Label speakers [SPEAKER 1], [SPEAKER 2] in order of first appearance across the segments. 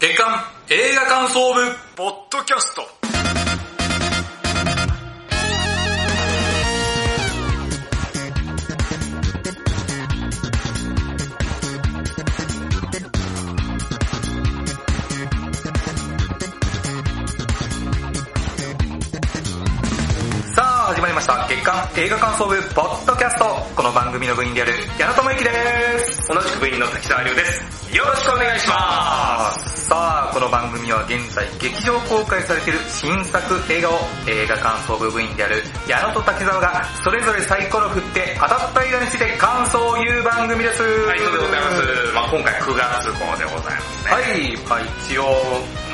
[SPEAKER 1] 館映画感想部ポッドキャストさあ始まりました月刊映画感想部ポッドキャストこの番組の部員である矢野智之です同じく部員の滝沢亮ですよろしくお願いしますさあこの番組は現在劇場公開されている新作映画を映画感想部部員である矢野と滝沢がそれぞれサイコロ振って当たった映画について感想を言う番組です
[SPEAKER 2] はい、そうでございます。まあ今回9月号でございますね。
[SPEAKER 1] はい、まあ一応、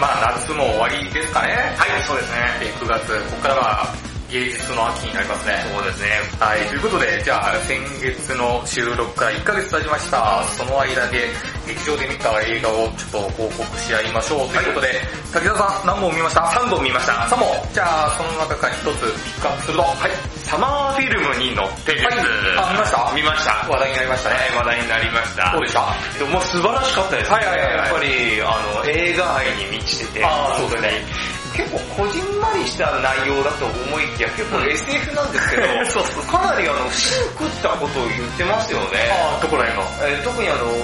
[SPEAKER 1] まあ夏も終わりですかね。
[SPEAKER 2] はい、そうですね。
[SPEAKER 1] えー9月、ここからは芸術の秋になりますね。
[SPEAKER 2] そうですね。
[SPEAKER 1] はい、ということで、じゃあ先月の収録から1ヶ月経ちました。その間で劇場で見た映画をちょっと報告し合いましょうということで、滝沢さん何本見ました ?3 本見ました。3本。じゃあその中から1つピックアップすると、はい。
[SPEAKER 2] サマーフィルムに載ってるやつ、
[SPEAKER 1] はいあ見ました
[SPEAKER 2] 見ました。
[SPEAKER 1] 話題になりましたね。
[SPEAKER 2] はい、話題になりました。
[SPEAKER 1] どうでした
[SPEAKER 2] でももう素晴らしかったですね。
[SPEAKER 1] はいはいはいはい
[SPEAKER 2] やっぱり、あの、映画愛に満ちてて、
[SPEAKER 1] あーそうだね
[SPEAKER 2] 結構こじんまりした内容だと思いきや、結構 SF なんですけ ど、
[SPEAKER 1] そう
[SPEAKER 2] かなりあの、不審食ったことを言ってますよね。
[SPEAKER 1] あー、どこらへんの
[SPEAKER 2] えー特にあの、もう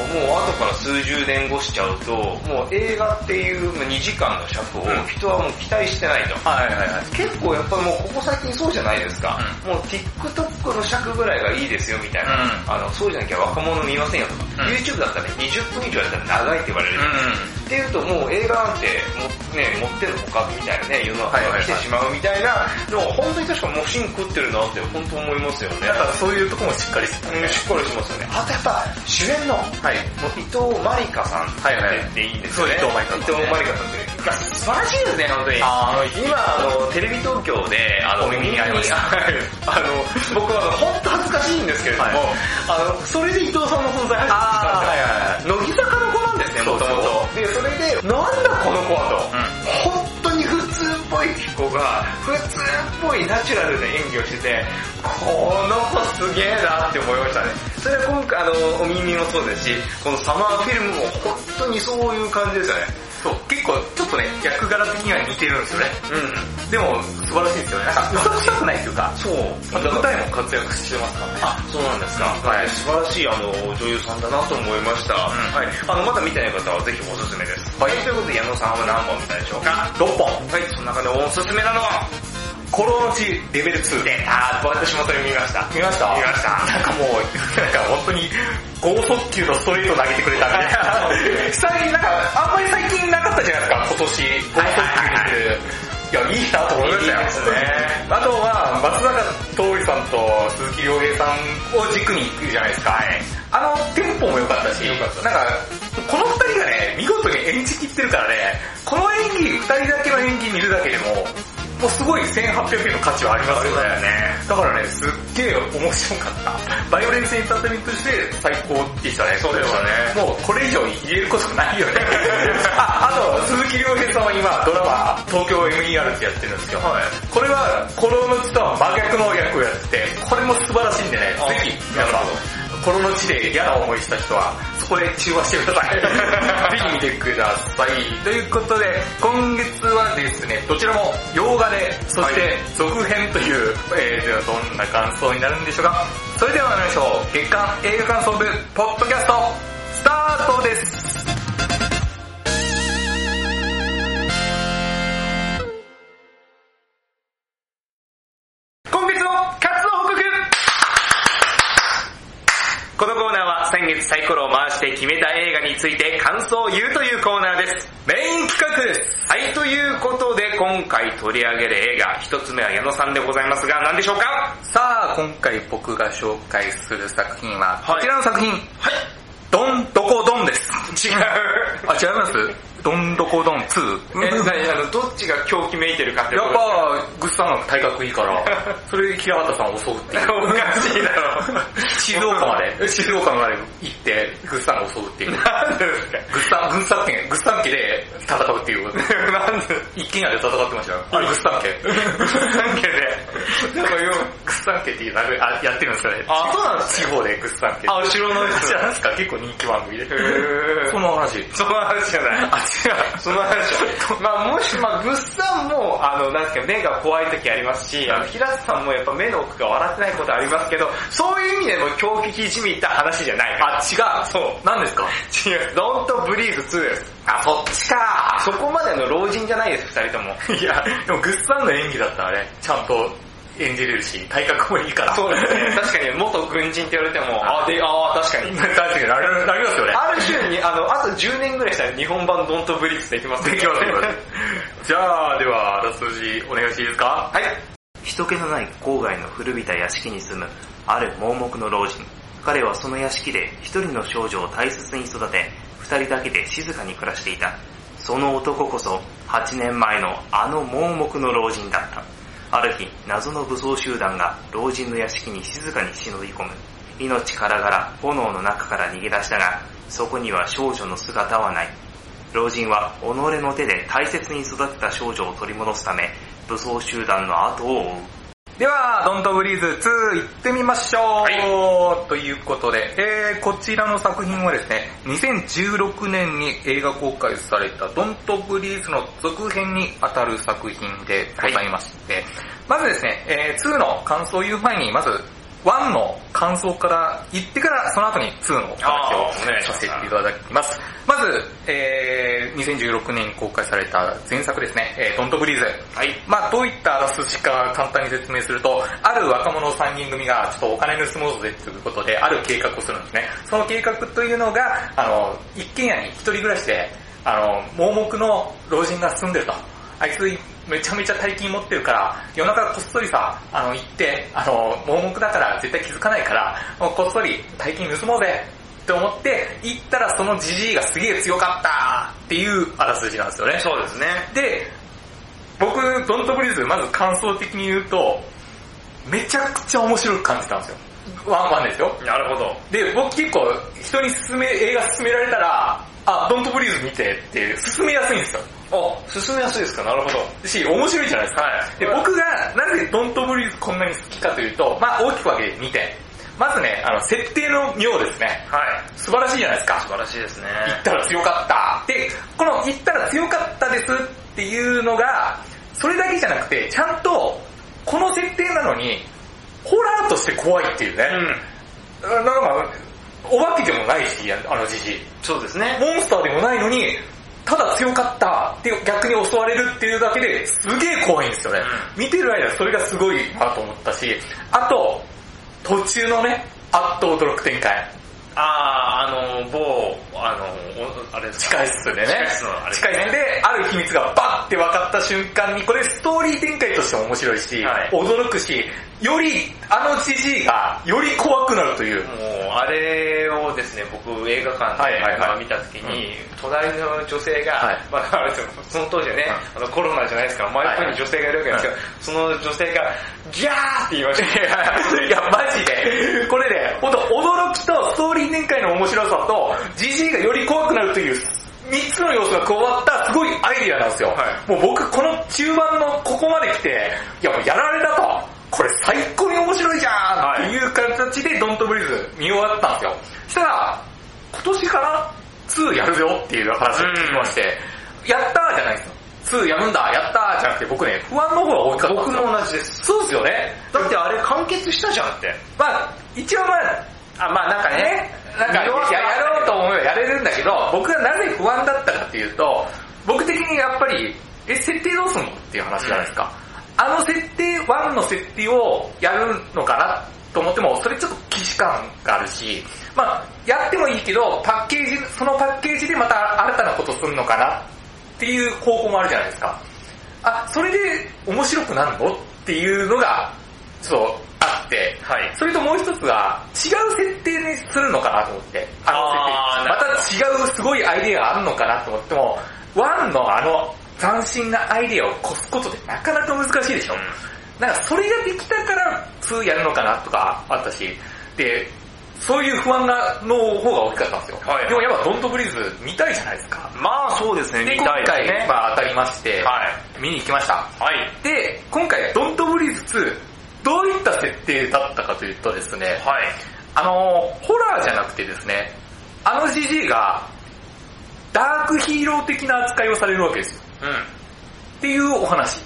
[SPEAKER 2] 後から数十年後しちゃうと、もう映画っていうまあ2時間の尺を
[SPEAKER 1] うん
[SPEAKER 2] 人はもう期待してないと。
[SPEAKER 1] はいはいはい。
[SPEAKER 2] 結構やっぱりもうここ最近そうじゃないですか。もう TikTok の尺ぐらいがいいですよみたいな。
[SPEAKER 1] う
[SPEAKER 2] あの、そうじゃなきゃ若者見ませんよとか。
[SPEAKER 1] うん
[SPEAKER 2] YouTube だったら20分以上やったら長いって言われる。
[SPEAKER 1] ん。
[SPEAKER 2] っていうともう映画なんても、ね、持ってるのかみたいなね、世の中が来てしまうみたいなのを本当に確かもう芯食ってるなって本当思いますよね。
[SPEAKER 1] だからそういうとこもしっかりしてた
[SPEAKER 2] うん
[SPEAKER 1] ね。
[SPEAKER 2] しっかりしますよね。あとやっぱ主演の
[SPEAKER 1] はい。
[SPEAKER 2] もう伊藤まりかさんって
[SPEAKER 1] はいはい
[SPEAKER 2] 言っていいんですよね。
[SPEAKER 1] そう伊藤まりかさんね
[SPEAKER 2] 伊藤まりかさんって。いや素晴らしいですね、本当に。
[SPEAKER 1] あ
[SPEAKER 2] 今、あの、テレビ東京で、あの、
[SPEAKER 1] お耳に合いました
[SPEAKER 2] はいあの、僕は、あの本当恥ずかしいんですけれども、
[SPEAKER 1] はい
[SPEAKER 2] あの、それで伊藤さんの存在初めて知ったんですよ。
[SPEAKER 1] あ
[SPEAKER 2] 乃木坂の子なんですね、
[SPEAKER 1] そ
[SPEAKER 2] も
[SPEAKER 1] うそ
[SPEAKER 2] と
[SPEAKER 1] う
[SPEAKER 2] もと。で、それで、なんだこの子はと。
[SPEAKER 1] ー、はいはい
[SPEAKER 2] 本当に普通っぽい子が、普通っぽいナチュラルな演技をしてて、この子すげえなって思いましたね。それは今回、あの、お耳もそうですし、このサマーフィルムも本当にそういう感じですよね。
[SPEAKER 1] そう、結構ちょっとね、役柄的には似てるんですよね。
[SPEAKER 2] うん。
[SPEAKER 1] でも、素晴らしいですよね。なんか、嘘くさくないっていうか、
[SPEAKER 2] そう。
[SPEAKER 1] 舞台も活躍してますからね。
[SPEAKER 2] あ、そうなんですか。はい。素晴らしい、あの、女優さんだなと思いました。はい。あの、まだ見てない方はぜひおすすめです。はい。ということで、矢野さんは何本見たでしょうか
[SPEAKER 1] 6本。
[SPEAKER 2] はい、その中でおすすめなのは、
[SPEAKER 1] コロの地レベル2。
[SPEAKER 2] で、あー、私もそれ見ました。
[SPEAKER 1] 見ました
[SPEAKER 2] 見ました。
[SPEAKER 1] なんかもう、なんか本当に、剛速球とストレート投げてくれたみたいな。久々になんか、あんまり最近なかったじゃないですか、今年、剛速球にする。いや、いいなと思いましたよ。
[SPEAKER 2] いいですね
[SPEAKER 1] あとは、松坂桃李さんと鈴木亮平さんを軸に行くじゃないですか。あの、テンポも良かったし、
[SPEAKER 2] 良かった
[SPEAKER 1] なんか、この二人がね、見事に演じきってるからね、この演技、二人だけの演技見るだけでも、もうすごい1800円の価値はありますよね。だからね、すっげえ面白かった。バイオレンスエンターテインメントとして最高でしたね。
[SPEAKER 2] そうですよね
[SPEAKER 1] もうこれ以上言えることないよ ね。あ、あと、鈴木亮平さんは今ドラマ、東京 MER ってやってるんですよ。
[SPEAKER 2] はい。
[SPEAKER 1] これは、コロの地とは真逆の役をやってて、これも素晴らしいんでね、
[SPEAKER 2] あ
[SPEAKER 1] ぜひ、皆さ
[SPEAKER 2] なる
[SPEAKER 1] ん、コロの地で嫌な思いした人は、そこで中和してください。 ぜひ見てください。ということで、今月はですね、どちらも洋画で、そし
[SPEAKER 2] は
[SPEAKER 1] て
[SPEAKER 2] い
[SPEAKER 1] 続編という、えー、ではどんな感想になるんでしょうか。それでは参りましょう。月間映画感想部、ポッドキャスト、スタートです。
[SPEAKER 2] 今月の活動報告このコーナーは先月サイコロを回して決めた映画について感想を言うというコーナーです。メイン企画です。はい、ということで今回取り上げる映画、一つ目は矢野さんでございますが何でしょうか
[SPEAKER 1] さあ、今回僕が紹介する作品は、
[SPEAKER 2] はい
[SPEAKER 1] こちらの作品、ドンドコドンです。
[SPEAKER 2] 違う。
[SPEAKER 1] あ、違いますどんどこどん 2?
[SPEAKER 2] え、
[SPEAKER 1] やっ
[SPEAKER 2] 何あの、どっちが狂気めいてるかってこと
[SPEAKER 1] ぱ、グッサンの体格いい から、それで平畑さんを襲うって いう。
[SPEAKER 2] おかしいだろ。
[SPEAKER 1] 静岡まで、 静岡まで行って、グッサンを襲うっていう。 グ
[SPEAKER 2] なんでですか
[SPEAKER 1] ッサン、グッサン家、グッサン家で戦うって いう。
[SPEAKER 2] なんで
[SPEAKER 1] 一軒家で戦ってましたよ。あれ、グッサン家。
[SPEAKER 2] なんかね、なんかよ、
[SPEAKER 1] グッサンケっていうライブあやってるんですかね。
[SPEAKER 2] あそうなんです
[SPEAKER 1] 地
[SPEAKER 2] ね
[SPEAKER 1] 方で X サンケ。
[SPEAKER 2] あ、後ろのや
[SPEAKER 1] 知
[SPEAKER 2] つ。
[SPEAKER 1] らないですか結構人気番組で。
[SPEAKER 2] ー
[SPEAKER 1] その話。
[SPEAKER 2] その話じゃない。
[SPEAKER 1] あ、違う。
[SPEAKER 2] その話は。まあもし、まあグッさんも、あの、なんですか、目が怖い時ありますし、あの、平瀬さんもやっぱ目の奥が笑ってないことありますけど、そういう意味でも強敵じみった話じゃない。
[SPEAKER 1] あ、違う。
[SPEAKER 2] そう。
[SPEAKER 1] 何ですか
[SPEAKER 2] 違う。ドントブリーズ2です。
[SPEAKER 1] あ、そっちか
[SPEAKER 2] そこまでの老人じゃないです、二人とも。
[SPEAKER 1] いや、でもグッサンの演技だったらね、ちゃんと演じれるし、体格もいいから。
[SPEAKER 2] そうですね。確かに元軍人って言われても、あ、で、あー確かに。
[SPEAKER 1] 確かに、 なりなりますよね。
[SPEAKER 2] ある種に、あの、あと10年ぐらいしたら日本版ドントブリーズできますね
[SPEAKER 1] できますで きます。じゃあ、では、あらすじお願いしていいですか
[SPEAKER 2] はい。
[SPEAKER 3] 人気のない郊外の古びた屋敷に住む、ある盲目の老人。彼はその屋敷で一人の少女を大切に育て、二人だけで静かに暮らしていた。その男こそ、8年前のあの盲目の老人だった。ある日、謎の武装集団が老人の屋敷に静かに忍び込む。命からがら炎の中から逃げ出したが、そこには少女の姿はない。老人は己の手で大切に育てた少女を取り戻すため、武装集団の後を追う。
[SPEAKER 1] では、ドントブリーズ2行ってみましょう、ということで、えー、こちらの作品はですね、2016年に映画公開されたドントブリーズの続編に当たる作品でございまして、まずですね、えー、2の感想を言う前に、まず、1の感想から言ってから、その後に2のお話を
[SPEAKER 2] あーお願いし
[SPEAKER 1] さ
[SPEAKER 2] ま
[SPEAKER 1] せ
[SPEAKER 2] す
[SPEAKER 1] ていただきます。まず、えー、2016年に公開された前作ですね、えー、ドントブリーズ。
[SPEAKER 2] はい。
[SPEAKER 1] まあどういったあらすじか簡単に説明すると、ある若者3人組がちょっとお金盗もうぜということで、ある計画をするんですね。その計画というのが、あの、一軒家に一人暮らしで、あの、盲目の老人が住んでると。あいつめちゃめちゃ大金持ってるから、夜中こっそりさ、あの、行って、あの、盲目だから絶対気づかないから、もうこっそり大金盗もうぜって思って、行ったらそのじじいがすげえ強かったっていうあらすじなんですよね。
[SPEAKER 2] そうですね。
[SPEAKER 1] で、僕、ドントブリーズ、まず感想的に言うと、めちゃくちゃ面白く感じたんですよ。ワンワンですよ。
[SPEAKER 2] なるほど。
[SPEAKER 1] で、僕結構人に勧め、映画勧められたら、あ、ドントブリーズ見てって勧めやすいんですよ。
[SPEAKER 2] あ、進めやすいですかなるほど。
[SPEAKER 1] し、面白いじゃないですか。
[SPEAKER 2] はい
[SPEAKER 1] で、僕がなぜドントブリーズこんなに好きかというと、まあ大きく分けて2点。まずね、あの、設定の妙ですね。
[SPEAKER 2] はい。
[SPEAKER 1] 素晴らしいじゃないですか
[SPEAKER 2] 素。晴らしいですね。
[SPEAKER 1] 行ったら強かった。で、この行ったら強かったですっていうのが、それだけじゃなくて、ちゃんと、この設定なのに、ホラーとして怖いっていうね。
[SPEAKER 2] うん。
[SPEAKER 1] なんか、お化けでもないし、あのじじい。
[SPEAKER 2] そうですね。
[SPEAKER 1] モンスターでもないのに、ただ強かったって逆に襲われるっていうだけですげえ怖いんですよね。見てる間それがすごいなと思ったし、あと、途中のね、あっと驚く展開。
[SPEAKER 2] あー、あの、某、あの、おあれです
[SPEAKER 1] 地下
[SPEAKER 2] か
[SPEAKER 1] 室でね
[SPEAKER 2] 地下室のあれ
[SPEAKER 1] 地下室である秘密がバッて分かった瞬間にこれストーリー展開としても面白いし、
[SPEAKER 2] はい
[SPEAKER 1] 驚くしよりあのじじいがより怖くなるという
[SPEAKER 2] もう、あれをですね、僕映画館
[SPEAKER 1] はい
[SPEAKER 2] で
[SPEAKER 1] はいはい
[SPEAKER 2] まあ見た時に、隣の女性が、
[SPEAKER 1] はい
[SPEAKER 2] まああれですよその当時はね、あのコロナじゃないですから、前っぽに女性がいるわけですよ、その女性が、ギャーって言いまし た。
[SPEAKER 1] いや、マジで。これね、ほんと驚きとストーリー展開の面白さと、ジジイがより怖くなるという、三つの要素が加わったすごいアイディアなんですよ。
[SPEAKER 2] はい
[SPEAKER 1] もう僕、この中盤のここまで来て、いやもうやられたと、これ最高に面白いじゃんっていう形でドントブリーズ見終わったんですよ。したら、今年から2やるよっていう話を聞きまして、やったーじゃないですよ。2やるんだ、やったーじゃなくて僕ね、不安の方が大きかったんですよ。
[SPEAKER 2] 同じです。
[SPEAKER 1] そうですよね。
[SPEAKER 2] だってあれ完結したじゃんって。
[SPEAKER 1] まあ一応まあ
[SPEAKER 2] あ、まあなんかね
[SPEAKER 1] ね、、なんかややろうと思えばやれるんだけど、僕がなぜ不安だったかっていうと、僕的にやっぱり、え、設定どうすんのっていう話じゃないですか。あの設定、1の設定をやるのかなと思っても、それちょっと既視感があるし、まあやってもいいけど、パッケージ、そのパッケージでまた新たなことするのかなっていう方向もあるじゃないですか。あ、それで面白くなるのっていうのが、ちょっとあって、
[SPEAKER 2] はい
[SPEAKER 1] それともう一つは、違う設定にするのかなと思って、あ
[SPEAKER 2] あーなる
[SPEAKER 1] の設定。また違うすごいアイデアがあるのかなと思っても、ワンのあの斬新なアイデアをこすことってなかなか難しいでしょ。なんかそれができたから2やるのかなとかあったし、で、そういう不安が、の方が大きかったんですよ。
[SPEAKER 2] はい
[SPEAKER 1] でもやっぱドントブリーズ見たいじゃないですか。
[SPEAKER 2] まあそうですね、
[SPEAKER 1] で、
[SPEAKER 2] 見
[SPEAKER 1] 今
[SPEAKER 2] たいです
[SPEAKER 1] 回、
[SPEAKER 2] ね。
[SPEAKER 1] まあ当たりまして、
[SPEAKER 2] は
[SPEAKER 1] 見に行きました。
[SPEAKER 2] い。はい。
[SPEAKER 1] で、今回、ドントブリーズ2、どういった設定だったかというとですね、
[SPEAKER 3] はい。
[SPEAKER 1] あの、ホラーじゃなくてですね、あのじじいが、ダークヒーロー的な扱いをされるわけですよ。
[SPEAKER 3] うん。
[SPEAKER 1] っていうお話。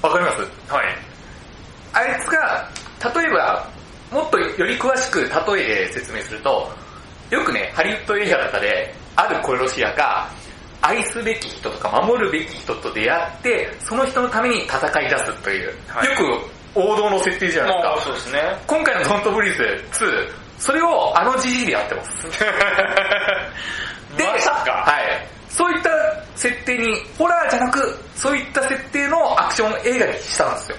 [SPEAKER 1] わかります
[SPEAKER 3] はい。
[SPEAKER 1] あいつが、例えば、もっとより詳しく例えで説明すると、よくね、ハリウッド映画とかで、ある殺し屋が、愛すべき人とか守るべき人と出会って、その人のために戦い出すという、
[SPEAKER 3] はい
[SPEAKER 1] よく王道の設定じゃないですか。
[SPEAKER 3] まあ、そうですね。
[SPEAKER 1] 今回のドントブリーズ2、それをあのじじいでやってます。 で、
[SPEAKER 3] まさか
[SPEAKER 1] はい。そういった設定に、ホラーじゃなく、そういった設定のアクション映画にしたんですよ。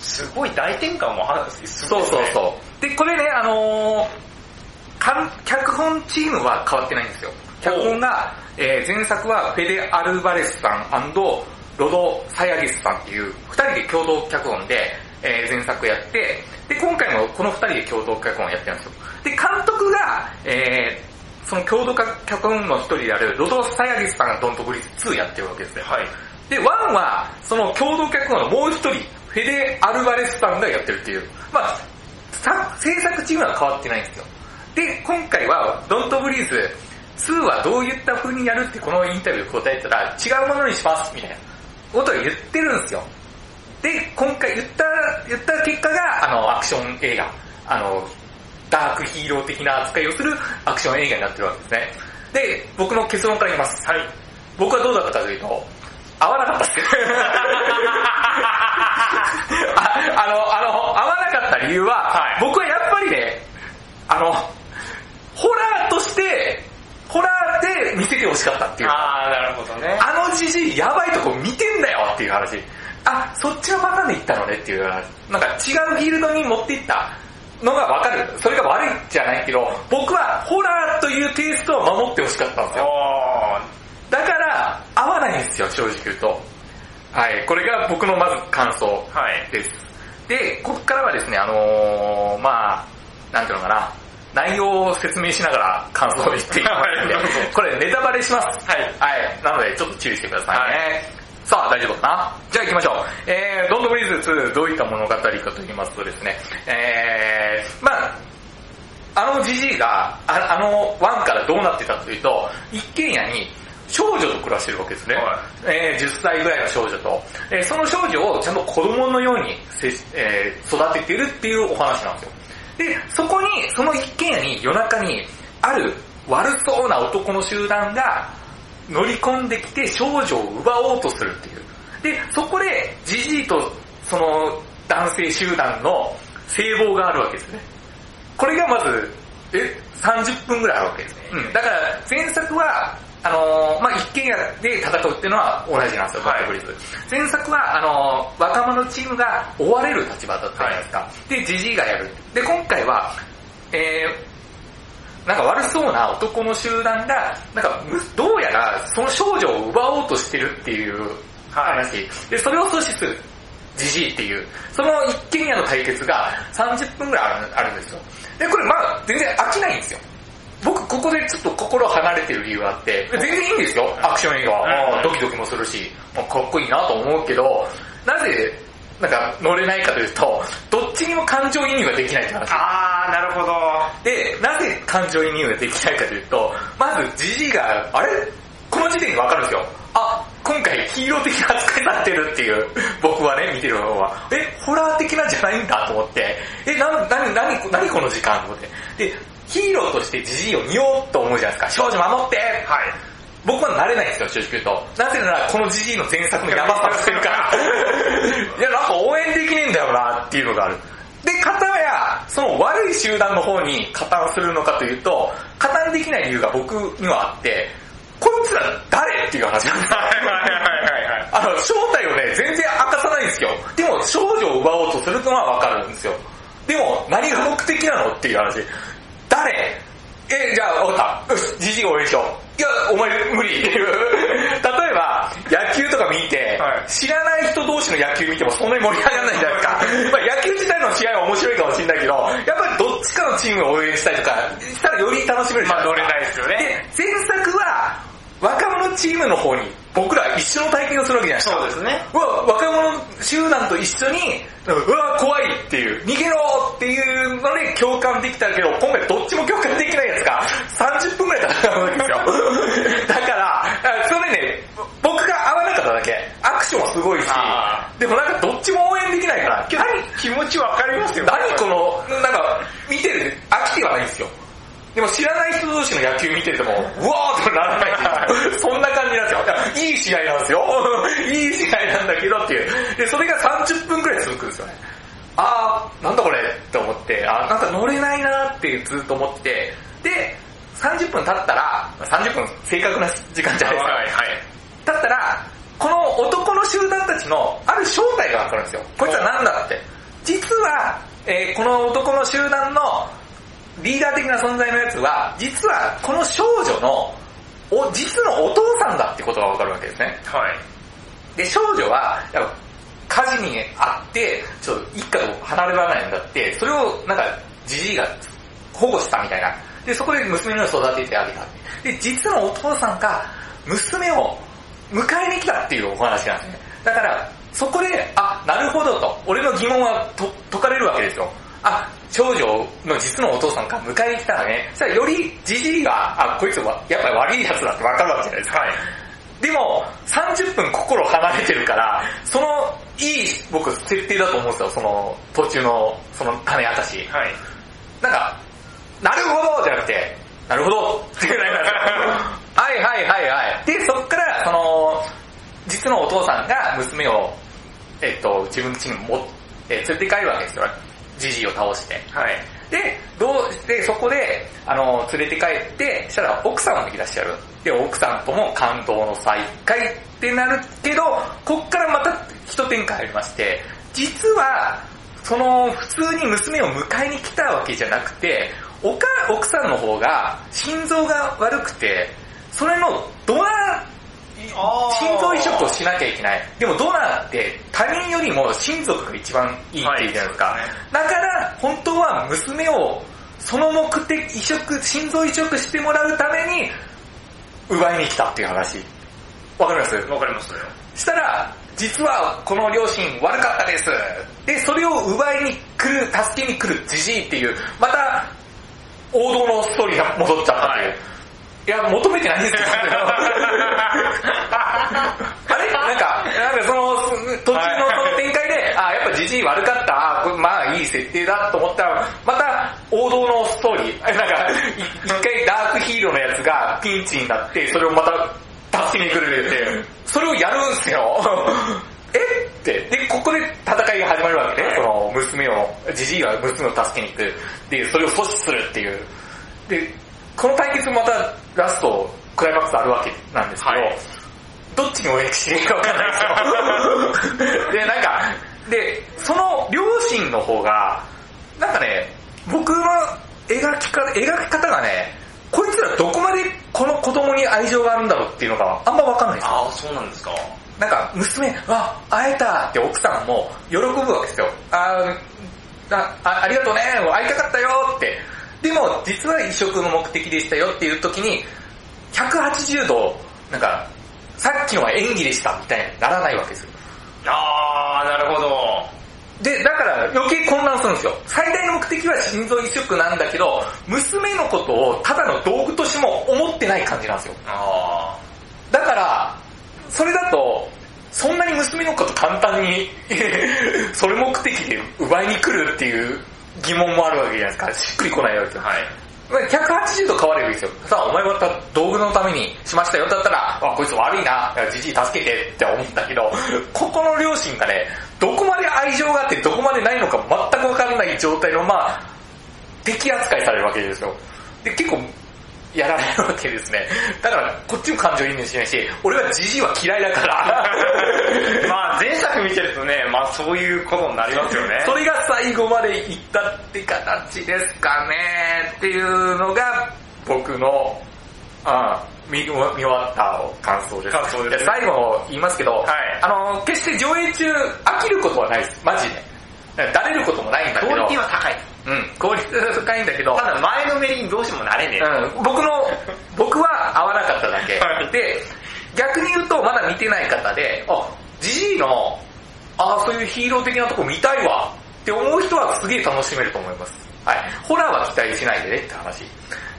[SPEAKER 3] すごい大転換もあるんです
[SPEAKER 1] そうそうそう。で、これね、あのーかん脚本チームは変わってないんですよ。脚本が、えー前作はフェデ・アルバレスさんロド・サヤゲスさんっていう二人で共同脚本で、えー前作やって、で、今回もこの二人で共同脚本をやってるんですよ。で、監督が、えーその共同脚本の一人であるロド・サヤゲスさんがドントブリーズ2やってるわけですよ。
[SPEAKER 3] はい。
[SPEAKER 1] で、ワンは、その共同脚本のもう一人、フェデ・アルバレスさんがやってるっていう。まあ、さ制作チームは変わってないんですよ。で、今回は、ドントブリーズ2はどういった風にやるってこのインタビュー答えたら、違うものにします、みたいなことを言ってるんですよ。で、今回言った、言った結果が、あの、アクション映画、あの、ダークヒーロー的な扱いをするアクション映画になってるわけですね。で、僕の結論から言います。はい。僕はどうだったかというと、合わなかったっす。ああの、あの、合わなかった理由は、
[SPEAKER 3] はい
[SPEAKER 1] 僕はやっぱりね、あの、ホラーとして、ホラーで見せてほしかったっていう。
[SPEAKER 3] ああ、なるほどね。
[SPEAKER 1] あのじじいやばいとこ見てんだよっていう話。あ、そっちのパターンで行ったのねっていう話。なんか違うフィールドに持っていったのがわかる。それが悪いじゃないけど、僕はホラーというテイストを守ってほしかったんですよ。
[SPEAKER 3] あ
[SPEAKER 1] だから、合わないんですよ、正直言うと。はい、これが僕のまず感想
[SPEAKER 3] あ、はい。
[SPEAKER 1] です。で、ここからはですね、あのー、まあなんていうのかな、内容を説明しながら感想を言っていきますんで
[SPEAKER 3] はいどうぞ、
[SPEAKER 1] これネタバレします。
[SPEAKER 3] はい。
[SPEAKER 1] はい。なので、ちょっと注意してくださいね。さあ、大丈夫かなじゃあ行きましょう。えー、ドントブリーズ2、どういった物語かと言いますとですね、えー、まああのじじいが、ああの1からどうなってたというと、一軒家に少女と暮らしてるわけですね。
[SPEAKER 3] は
[SPEAKER 1] えー10歳ぐらいの少女と、えーその少女をちゃんと子供のようにせ、えー育ててるっていうお話なんですよ。で、そこに、その一軒家に夜中に、ある悪そうな男の集団が乗り込んできて少女を奪おうとするっていう。で、そこで、じじいとその男性集団の聖望があるわけですね。これがまず、え、30分ぐらいあるわけですね。
[SPEAKER 3] うん
[SPEAKER 1] だから、前作は、あのーまあ、一軒家で戦うっていうのは同じなんですよ、バッブリーズ。前作は、あのー若者チームが追われる立場だったじゃないですか。で、ジジイがやる。で、今回は、えー、なんか悪そうな男の集団が、なんか、むどうやらその少女を奪おうとしてるっていう
[SPEAKER 3] はい。
[SPEAKER 1] 話。で、それを阻止する。ジジイっていう。その一軒家の対決が30分ぐらいあるあるんですよ。で、これまあ全然飽きないんですよ。僕、ここでちょっと心離れてる理由があって、全然いいんですよ、アクション映画は。
[SPEAKER 3] うん
[SPEAKER 1] まあドキドキもするし、まあかっこいいなと思うけど、なぜ、なんか乗れないかというと、どっちにも感情移入ができないって話。
[SPEAKER 3] ああ、なるほど。
[SPEAKER 1] で、なぜ感情移入ができないかというと、まずジジイが、あれこの時点でわかるんですよ。あ、今回ヒーロー的な扱いになってるっていう、僕はね、見てる方は。え、ホラー的なんじゃないんだと思って、え、な、なに、なに、なにこの時間と思って。で、ヒーローとしてジジイを見ようと思うじゃないですか。少女守って
[SPEAKER 3] はい。
[SPEAKER 1] 僕は慣れないんですよ、正直言うと。なぜなら、このジジイの前作のヤバさをしてるから。いや、なんか応援できねえんだよな、っていうのがある。で、片や、その悪い集団の方に加担するのかというと、加担できない理由が僕にはあって、こいつら誰っていう話なんですよ
[SPEAKER 3] はいはいはいはいはい。
[SPEAKER 1] あの、正体をね、全然明かさないんですよ。でも、少女を奪おうとするのはわかるんですよ。でも、何が目的なのっていう話。誰え、じゃあ、おった。よしじじいが応援しよう。いや、お前無理って いう。例えば、野球とか見て、
[SPEAKER 3] はい
[SPEAKER 1] 知らない人同士の野球見てもそんなに盛り上がらないじゃないです か。まあ、野球自体の試合は面白いかもしれないけど、やっぱりどっちかのチームを応援したりとか、したらより楽しめるじゃ
[SPEAKER 3] まあ
[SPEAKER 1] ないで
[SPEAKER 3] 乗れ
[SPEAKER 1] すか。
[SPEAKER 3] ないですよね。
[SPEAKER 1] で、前作は、若者チームの方に僕ら一緒の体験をするわけじゃないですか。
[SPEAKER 2] そうですね。
[SPEAKER 1] うわ、若者集団と一緒に、うわ、怖いっていう、逃げろっていうので共感できたけど、今回どっちも共感できないやつが30分くらい戦うん ですよ。だから、あそれね、僕が合わなかっただけ、アクションはすごいし
[SPEAKER 2] あ、
[SPEAKER 1] でもなんかどっちも応援できないから、
[SPEAKER 2] けど気持ちわかりますよ。
[SPEAKER 1] 何この、なんか、見てる、飽きてはないんですよ。でも知らない人同士の野球見てても、うわーってならないっていうそんな感じなんですよ。いい試合なんですよ。 いい試合なんだけどっていう。で、それが30分くらい続くんですよね。あー、なんだこれって思って、あー、なんか乗れないなーってずっと思って、で、30分経ったら、30分正確な時間じゃないですか。
[SPEAKER 2] はいはい。
[SPEAKER 1] だったら、この男の集団たちのある正体がわかるんですよ。こいつは何だって。実は、えーこの男の集団のリーダー的な存在のやつは、実はこの少女のお実のお父さんだってことがわかるわけですね。
[SPEAKER 2] はい。
[SPEAKER 1] で、少女は、やっぱ火事にあって、ちょっと一家と離れられないんだって、それをなんか、じじいが保護したみたいな。で、そこで娘のように育ててあげたって。で、実のお父さんが、娘を迎えに来たっていうお話なんですね。だから、そこで、あ、なるほどと、俺の疑問はと解かれるわけですよ。あ、少女の実のお父さんが迎えに来たらね、そしたらよりじじいが、あ、こいつはやっぱり悪いやつだってわかるわけじゃないですか。
[SPEAKER 2] はい。
[SPEAKER 1] でも、30分心離れてるから、その、いい、僕、設定だと思うんですよ、その、途中の、その、種明かし。
[SPEAKER 2] はい。
[SPEAKER 1] なんか、なるほどじゃなくて、なるほどっていうのがはいはいはいはい。で、そっから、その、実のお父さんが娘を、えっと、自分の家にも、えー連れて帰るわけですよ。じじいを倒して。
[SPEAKER 2] はい。
[SPEAKER 1] で、どうで、そこで、あの、連れて帰って、したら奥様がいらっしゃる。で、奥さんとも感動の再会ってなるけど、こっからまた一展開ありまして、実は、その、普通に娘を迎えに来たわけじゃなくて、おか、奥さんの方が、心臓が悪くて、それのドア
[SPEAKER 2] あ
[SPEAKER 1] 心臓移植をしなきゃいけない。でもドナーって他人よりも親族が一番いいって言うじゃないですか。
[SPEAKER 2] はいそうで
[SPEAKER 1] だから本当は娘をその目的、移植、心臓移植してもらうために奪いに来たっていう話。わかります
[SPEAKER 2] わかりますよ。
[SPEAKER 1] したら、実はこの両親悪かったです。で、それを奪いに来る、助けに来るじじいっていう、また王道のストーリーが戻っちゃったっていう。いや、求めてないんですよ。あれなんか、なんかその、途中のその展開で、あ、やっぱじじい悪かった、あこれまあいい設定だと思ったら、また王道のストーリー、 なんか、い一回ダークヒーローのやつがピンチになって、それをまた助けに来るって、それをやるんすよ。 えって、で、ここで戦いが始まるわけね。その、娘を、じじいは娘を助けに行く。で、それを阻止するっていう。で、この対決またラスト、クライマックスあるわけなんですけど、
[SPEAKER 2] はい
[SPEAKER 1] どっちに応援していいかわかん ないですよ。で、なんか、で、その両親の方が、なんかね、僕の描き方、描き方がね、こいつらどこまでこの子供に愛情があるんだろうっていうのがあんまわかんないです。
[SPEAKER 2] ああ、そうなんですか。
[SPEAKER 1] なんか、娘、あ、会えたって奥さんも喜ぶわけですよ。あーああ、ありがとうね、会いたかったよって。でも、実は移植の目的でしたよっていう時に、180度、なんか、さっきのは演技でしたみたいにならないわけですよ。
[SPEAKER 2] ああ、なるほど。
[SPEAKER 1] で、だから余計混乱するんですよ。最大の目的は心臓移植なんだけど、娘のことをただの道具としても思ってない感じなんですよ。
[SPEAKER 2] あ
[SPEAKER 1] だから、それだと、そんなに娘のこと簡単に、 それ目的で奪いに来るっていう疑問もあるわけじゃないですか。しっくりこないわけです
[SPEAKER 2] あ、
[SPEAKER 1] よ。
[SPEAKER 2] はい。
[SPEAKER 1] 180度変わればいいですよ。さあ、お前はた道具のためにしましたよだったら、あ、こいつ悪いな、じじい助けてって思ったけど、ここの両親がね、どこまで愛情があってどこまでないのか全くわかんない状態のまあ敵扱いされるわけですよ。で、結構、やられるわけですね。だから、こっちも感情移入しないし、俺はじじいは嫌いだ から、
[SPEAKER 2] まあ、前作見てるとね、まあそういうことになりますよね。
[SPEAKER 1] それが最後までいったって形ですかねっていうのが僕の、あ見見終わった感想です。
[SPEAKER 2] 感想ですね
[SPEAKER 1] いや最後言いますけど、
[SPEAKER 2] い
[SPEAKER 1] あの、決して上映中飽きることはないです。マジで。だれることもないんだけど。
[SPEAKER 2] クオリティは高い。
[SPEAKER 1] うん、効率が高いんだけど、
[SPEAKER 2] ただ前のめりにどうしてもなれねえ。
[SPEAKER 1] うん、僕の、僕は合わなかっただけ。
[SPEAKER 2] はい
[SPEAKER 1] で、逆に言うと、まだ見てない方で、あ、ジジイの、ああ、そういうヒーロー的なとこ見たいわって思う人はすげえ楽しめると思います。はい。ホラーは期待しないでねって話。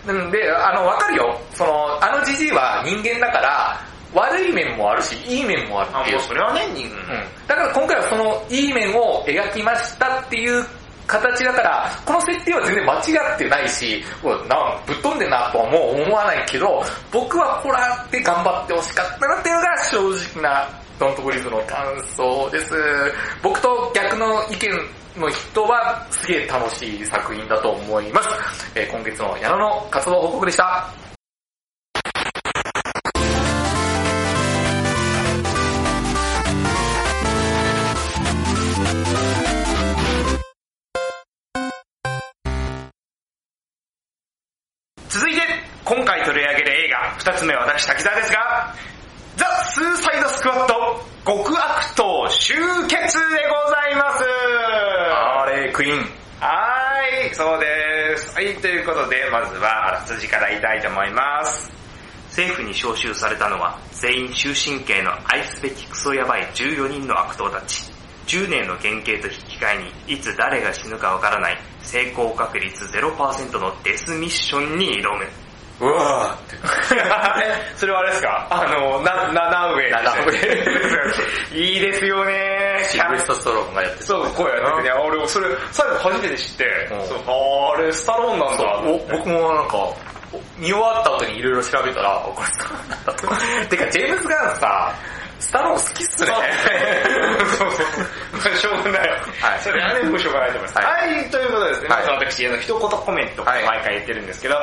[SPEAKER 1] なんで、あの、わかるよ。その、あのジジイは人間だから、悪い面もあるし、いい面もあるっ
[SPEAKER 2] あ
[SPEAKER 1] てい
[SPEAKER 2] も
[SPEAKER 1] う
[SPEAKER 2] う。それはね、にうん
[SPEAKER 1] うんだから今回はそのいい面を描きましたっていう形だから、この設定は全然間違ってないし、うわなんぶっ飛んでんなとはもう思わないけど、僕はホラーって頑張ってほしかったなっていうのが正直なドントブリーズの感想です。僕と逆の意見の人はすげえ楽しい作品だと思います。えー今月の矢野の活動報告でした。
[SPEAKER 2] 続いて、今回取り上げる映画、二つ目は私、滝沢ですが、ザ・スーサイドスクワット、極悪党集結でございます。
[SPEAKER 1] あれクイーン。
[SPEAKER 2] はーい、そうです。はい、ということで、まずはあらすじから言いたいと思います。
[SPEAKER 3] 政府に招集されたのは全員終身刑の愛すべきクソヤバい14人の悪党たち10年の減刑と引き換えにいつ誰が死ぬかわからない成功確率0%のデスミッションに挑む
[SPEAKER 1] うわー
[SPEAKER 2] それはあれですかあの、な、七上ですね。いいですよね
[SPEAKER 1] シルベストストローンがやって
[SPEAKER 2] そう、声やっててね、あ俺もそれ、最後初めて知って、
[SPEAKER 1] うん
[SPEAKER 2] そうあーあれ、スタローンなん
[SPEAKER 1] そう
[SPEAKER 2] だ。
[SPEAKER 1] お僕もなんか、お見終わった後にいろいろ調べたら、あこれスタローンなんだと。てか、ジェームズ・ガンさ、スタローン好きっすね。
[SPEAKER 2] そうそうそう。しょうがない。
[SPEAKER 1] はい
[SPEAKER 2] それはね、もうしょうがないと思います。
[SPEAKER 1] は
[SPEAKER 2] はい、ということでですね、
[SPEAKER 1] はい
[SPEAKER 2] まず私、あの一言コメントを
[SPEAKER 1] はい
[SPEAKER 2] 毎回言ってるんですけど、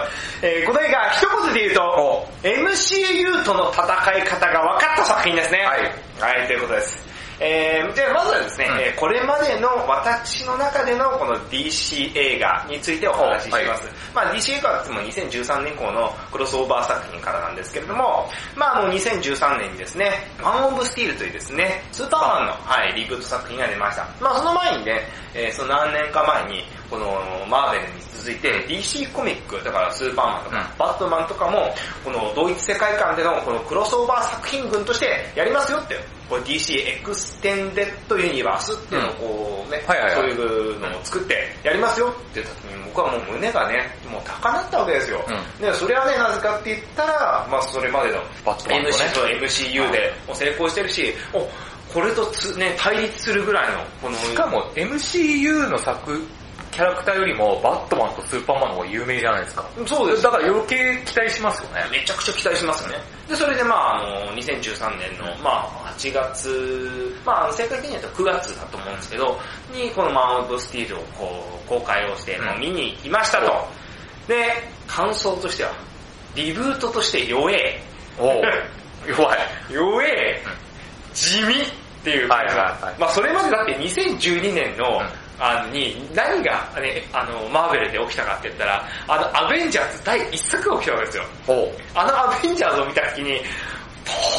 [SPEAKER 2] えー、この映画、一言で言うと、MCU との戦い方が分かった作品ですね。
[SPEAKER 1] はい
[SPEAKER 2] はい。ということです。えー、じゃあまずはですね、
[SPEAKER 1] うん
[SPEAKER 2] えーこれまでの私の中でのこの DC 映画についてお話しします。
[SPEAKER 1] はい
[SPEAKER 2] まあ DC 映画っても2013年以降のクロスオーバー作品からなんですけれども、まあもう2013年にですね、マン・オブ・スティールというですね、スーパーマンの、はい、リブート作品が出ました。まあその前にね、えーその何年か前に、このマーベルに続いて DC コミック、だからスーパーマンとか、
[SPEAKER 1] うん
[SPEAKER 2] バットマンとかも、この同一世界観でのこのクロスオーバー作品群としてやりますよって、これ DC エクステンデッドユニバースっていうのをこうね、
[SPEAKER 1] はいはいはい
[SPEAKER 2] そういういうのを作ってやりますよって言った時に僕はもう胸がね、もう高鳴ったわけですよ。
[SPEAKER 1] う
[SPEAKER 2] で、それはね、なぜかって言ったら、まあそれまでの
[SPEAKER 1] バットマンとね
[SPEAKER 2] MC と MCU でもう成功してるし、おこれとつ、ね、対立するぐらいの、この、
[SPEAKER 1] しかも、MCU の作、キャラクターよりも、バットマンとスーパーマンの方が有名じゃないですか。
[SPEAKER 2] そうです
[SPEAKER 1] だから余計期待しますよね。
[SPEAKER 2] めちゃくちゃ期待しますよね。で、それでまああの、2013年の、まあ8月、まああの正確に言うと9月だと思うんですけど、にこのマン・オブ・スティールをこう公開をして、
[SPEAKER 1] うん
[SPEAKER 2] まあ見に行きましたと。で、感想としては、リブートとして弱え。
[SPEAKER 1] おう 弱い。
[SPEAKER 2] 弱え、地味っていう感じ
[SPEAKER 1] はいはいはい
[SPEAKER 2] まあそれまでだって2012年の、
[SPEAKER 1] うん
[SPEAKER 2] あのに、何が、ね、あの、マーベルで起きたかって言ったら、あの、アベンジャーズ第一作が起きたわけですよ。
[SPEAKER 1] おう
[SPEAKER 2] あのアベンジャーズを見た時に、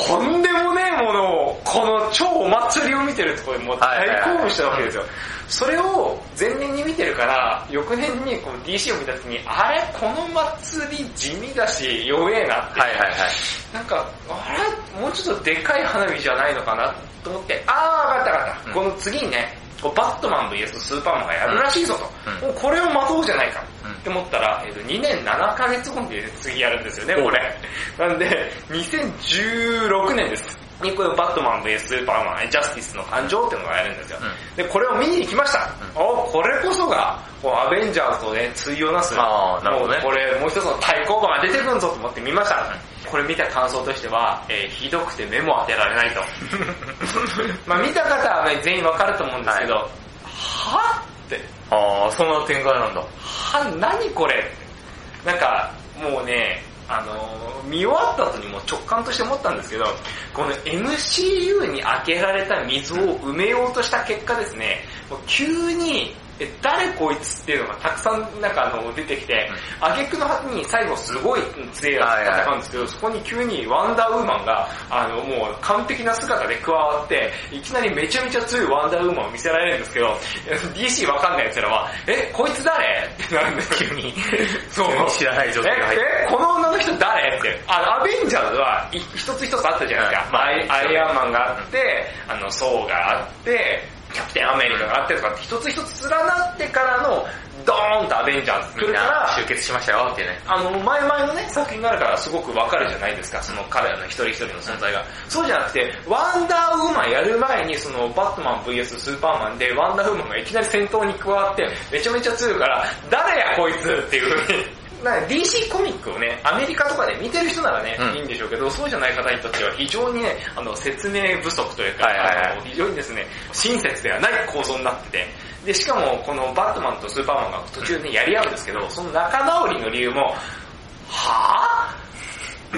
[SPEAKER 2] とんでもねえものを、この超お祭りを見てるところでもう
[SPEAKER 1] はいは
[SPEAKER 2] 大
[SPEAKER 1] いはい
[SPEAKER 2] 興奮したわけですよ。それを前年に見てるから、翌年にこの DC を見た時に、あれこの祭り地味だし、弱えなって。
[SPEAKER 1] はいはいはい。
[SPEAKER 2] なんか、あれもうちょっとでかい花火じゃないのかなと思って、あー、わかったわかった。
[SPEAKER 1] うん
[SPEAKER 2] この次にね、こうバットマン VS スーパーマンがやるらしいぞと。
[SPEAKER 1] うん
[SPEAKER 2] もうこれを待とうじゃないか。
[SPEAKER 1] うん
[SPEAKER 2] って思ったら、えっと2年7ヶ月後に次やるんですよね、これ。なんで、2016年です。にこのバットマン VS スーパーマン、ジャスティスの誕生っていうのがやるんですよ。
[SPEAKER 1] う
[SPEAKER 2] で、これを見に行きました。おこれこそが、こうアベンジャーズとね、対応なす、
[SPEAKER 1] あーなるほどね
[SPEAKER 2] もうこれ、もう一つの対抗馬が出てくるぞと思って見ました。これ見た感想としては、えーひどくて目も当てられない と。まあ見た方はね、全員わかると思うんですけど、はって、
[SPEAKER 1] あー、そんな展開なんだ。
[SPEAKER 2] は、何これなんか、もうね、あのー見終わった後にもう直感として思ったんですけど、この MCU に開けられた溝を埋めようとした結果ですね、もう急にえ、誰こいつっていうのがたくさんなんかあの出てきて、挙句の果てに最後すごい強いやつが戦うんですけど、そこに急にワンダーウーマンが、あのもう完璧な姿で加わって、いきなりめちゃめちゃ強いワンダーウーマンを見せられるんですけど、DC わかんない奴らは、え、こいつ誰ってなるんですよ。急に。そう。
[SPEAKER 1] 知らない女性が入って
[SPEAKER 2] え、えこの女の人誰って。あの、アベンジャーズはい一つ一つあったじゃないですか。
[SPEAKER 1] うん
[SPEAKER 2] まあ、アイアイアンマンがあって、あの、ソーがあって、キャプテンアメリカがあってとかって一つ一つ連なってからの、ドーンとアベンジャーズ来
[SPEAKER 1] みん
[SPEAKER 2] るか
[SPEAKER 1] な
[SPEAKER 2] ら、
[SPEAKER 1] 集結しましたよってね。
[SPEAKER 2] あの、前々のね、作品があるからすごくわかるじゃないですか、その彼らの一人一人の存在が。そうじゃなくて、ワンダーウーマンやる前に、その、バットマン VS スーパーマンで、ワンダーウーマンがいきなり戦闘に加わって、めちゃめちゃ強いから、誰やこいつっていう風に。 なんか DC コミックをね、アメリカとかで見てる人ならね、
[SPEAKER 1] うん
[SPEAKER 2] いいんでしょうけど、そうじゃない方にとっては非常にね、あの、説明不足というか、
[SPEAKER 1] はいはいはい
[SPEAKER 2] あの非常にですね、親切ではない構造になってて、で、しかも、このバットマンとスーパーマンが途中でやり合うんですけど、その仲直りの理由も、はぁ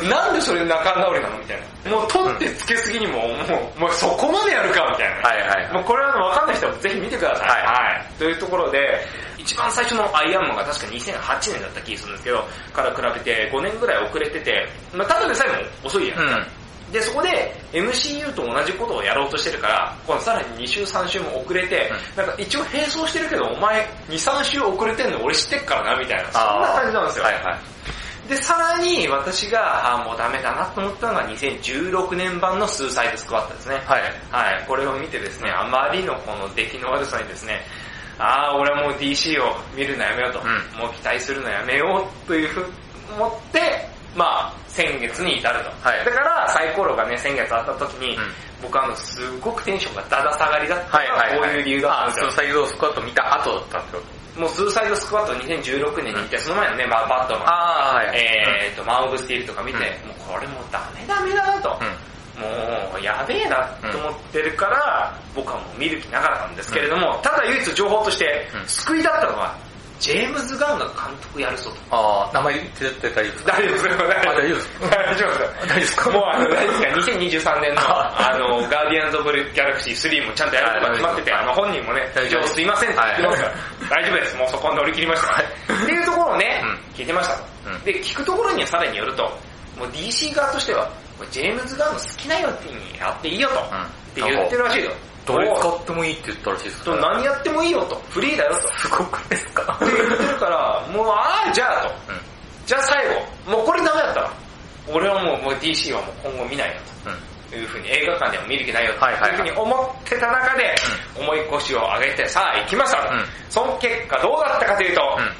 [SPEAKER 2] なんでそれ仲直りなのみたいな。もう取ってつけすぎにも、もう、もうそこまでやるかみたいな。
[SPEAKER 1] はいはい。
[SPEAKER 2] もうこれはあの分かんない人はぜひ見てください。
[SPEAKER 1] はい
[SPEAKER 2] というところで、一番最初のアイアンマンが確か2008年だった気がするんですけど、から比べて5年ぐらい遅れてて、まあ、ただでさえも遅いやん。
[SPEAKER 1] うん。
[SPEAKER 2] で、そこで MCU と同じことをやろうとしてるから、このさらに2週3週も遅れて、なんか一応並走してるけど、お前2、3週遅れてんの俺知ってっからな、みたいな、そんな感じなんですよ。
[SPEAKER 1] はいはい。
[SPEAKER 2] で、さらに私が、あーもうダメだなと思ったのが2016年版のスーサイドスクワットですね。
[SPEAKER 1] はい。
[SPEAKER 2] はい、これを見てですね、あまりのこの出来の悪さにですね、ああ、俺はもう DC を見るのやめようと、
[SPEAKER 1] ん
[SPEAKER 2] もう期待するのやめようというふうに思って、まあ、先月に至ると。
[SPEAKER 1] はい
[SPEAKER 2] だから、サイコロがね、先月あった時に、
[SPEAKER 1] うん
[SPEAKER 2] 僕あの、すっごくテンションがだだ下がりだった
[SPEAKER 1] はい
[SPEAKER 2] の
[SPEAKER 1] はい、
[SPEAKER 2] が、こういう理由だったんですよ
[SPEAKER 1] あ、。サイドスクワット見た後だったんですよ。
[SPEAKER 2] もう、スーサイドスクワット2016年に行って、その前のね、まあ、バットマン、
[SPEAKER 1] あー、は
[SPEAKER 2] えーと、マン・オブ・スティールとか見て、
[SPEAKER 1] う
[SPEAKER 2] もうこれもうダメダメだなと。
[SPEAKER 1] うん。
[SPEAKER 2] もう、やべえなと思ってるから、僕はもう見る気なかったんですけれども、ただ唯一情報として、
[SPEAKER 1] うん
[SPEAKER 2] 救いだったのは、ジェームズ・ガンが監督やるぞと。
[SPEAKER 1] あー、名前言ってたらいいですか
[SPEAKER 2] 大丈夫です
[SPEAKER 1] あ大丈夫です
[SPEAKER 2] 大丈夫です
[SPEAKER 1] 大丈夫ですか
[SPEAKER 2] もうあの、大 丈夫ですか ?2023 年の、
[SPEAKER 1] あ
[SPEAKER 2] あの、ガーディアンズ・オブ・ギャラクシー3もちゃんとやることが決まってて、
[SPEAKER 1] は
[SPEAKER 2] あ
[SPEAKER 1] い
[SPEAKER 2] の、本人もね、
[SPEAKER 1] 大丈夫
[SPEAKER 2] 今日すいませんって言ってますから、大丈夫です。もうそこは乗り切りましたから。っていうところをね、
[SPEAKER 1] う
[SPEAKER 2] 聞いてましたと
[SPEAKER 1] うん。
[SPEAKER 2] で、聞くところにはさらによると、もう DC 側としては、これジェームズ・ガンの好きなよってにやっていいよと、って言ってるらしいよ。
[SPEAKER 1] どれ
[SPEAKER 2] おう
[SPEAKER 1] 使ってもいいって言ったらしいです
[SPEAKER 2] と何やってもいいよと、フリーだよと。
[SPEAKER 1] すごくないですか
[SPEAKER 2] って言ってるから、もう、ああ、じゃあと。
[SPEAKER 1] うん。
[SPEAKER 2] じゃあ最後、もうこれダメだったら、俺はもうもう DC はもう今後見ないよ
[SPEAKER 1] うん。
[SPEAKER 2] というふうに、映画館でも見る気ないよと
[SPEAKER 1] はいはいいうはい
[SPEAKER 2] ふうに思ってた中で、思い越しを上げて、さあ行きましたと、
[SPEAKER 1] うん
[SPEAKER 2] その結果どうだったかというと、
[SPEAKER 1] うん。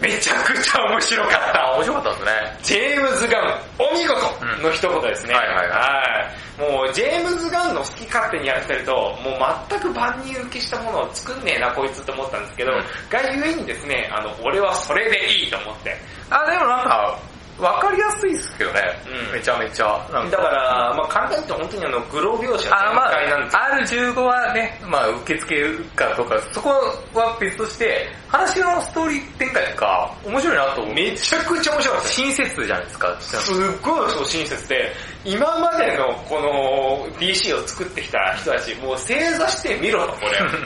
[SPEAKER 2] めちゃくちゃ面白かっ
[SPEAKER 1] あ、
[SPEAKER 2] た。
[SPEAKER 1] 面白かったですね。
[SPEAKER 2] ジェームズ・ガン、お見事の一言ですね。
[SPEAKER 1] うんはいはいはい
[SPEAKER 2] はいもう、ジェームズ・ガンの好き勝手にやらせてると、もう全く万人受けしたものを作んねえな、こいつと思ったんですけど、
[SPEAKER 1] うん
[SPEAKER 2] がゆえにですね、あの、俺はそれでいいと思って。
[SPEAKER 1] あ、でもなんか、わかりやすいですけどね。
[SPEAKER 2] うん
[SPEAKER 1] めちゃめちゃ。なん
[SPEAKER 2] だから、まあ簡単に言うと本当にあの、グロ描写
[SPEAKER 1] あま
[SPEAKER 2] 全開なんですよ。
[SPEAKER 1] あ、R15 はね、まあ受け付けるかとか、そこは別として、話のストーリー展開とか、面白いなと思う。
[SPEAKER 2] めちゃくちゃ面白かったです
[SPEAKER 1] 親切じゃないですか。
[SPEAKER 2] すっごいそう親切で、今までのこの DC を作ってきた人たち、もう正座してみろと、こ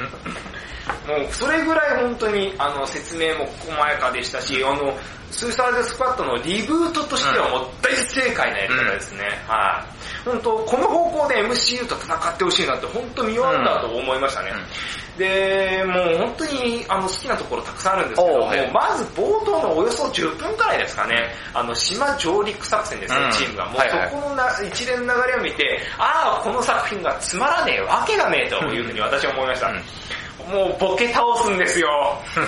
[SPEAKER 2] れ。もうそれぐらい本当にあの説明も細やかでしたし、あの、スーサイドスクワットのリブートとしてはもう大正解なやり方ですね。はい。本当この方向で MCU と戦ってほしいなって本当見終わったと思いましたね。で、もう本当にあの好きなところたくさんあるんですけど、
[SPEAKER 1] おうはい
[SPEAKER 2] もうまず冒頭のおよそ10分くらいですかね、あの島上陸作戦ですね、
[SPEAKER 1] うん
[SPEAKER 2] チームが。もう
[SPEAKER 1] はいはい
[SPEAKER 2] そこのな一連の流れを見て、ああ、この作品がつまらねえわけがねえというふうに私は思いました。もうボケ倒すんで すよ。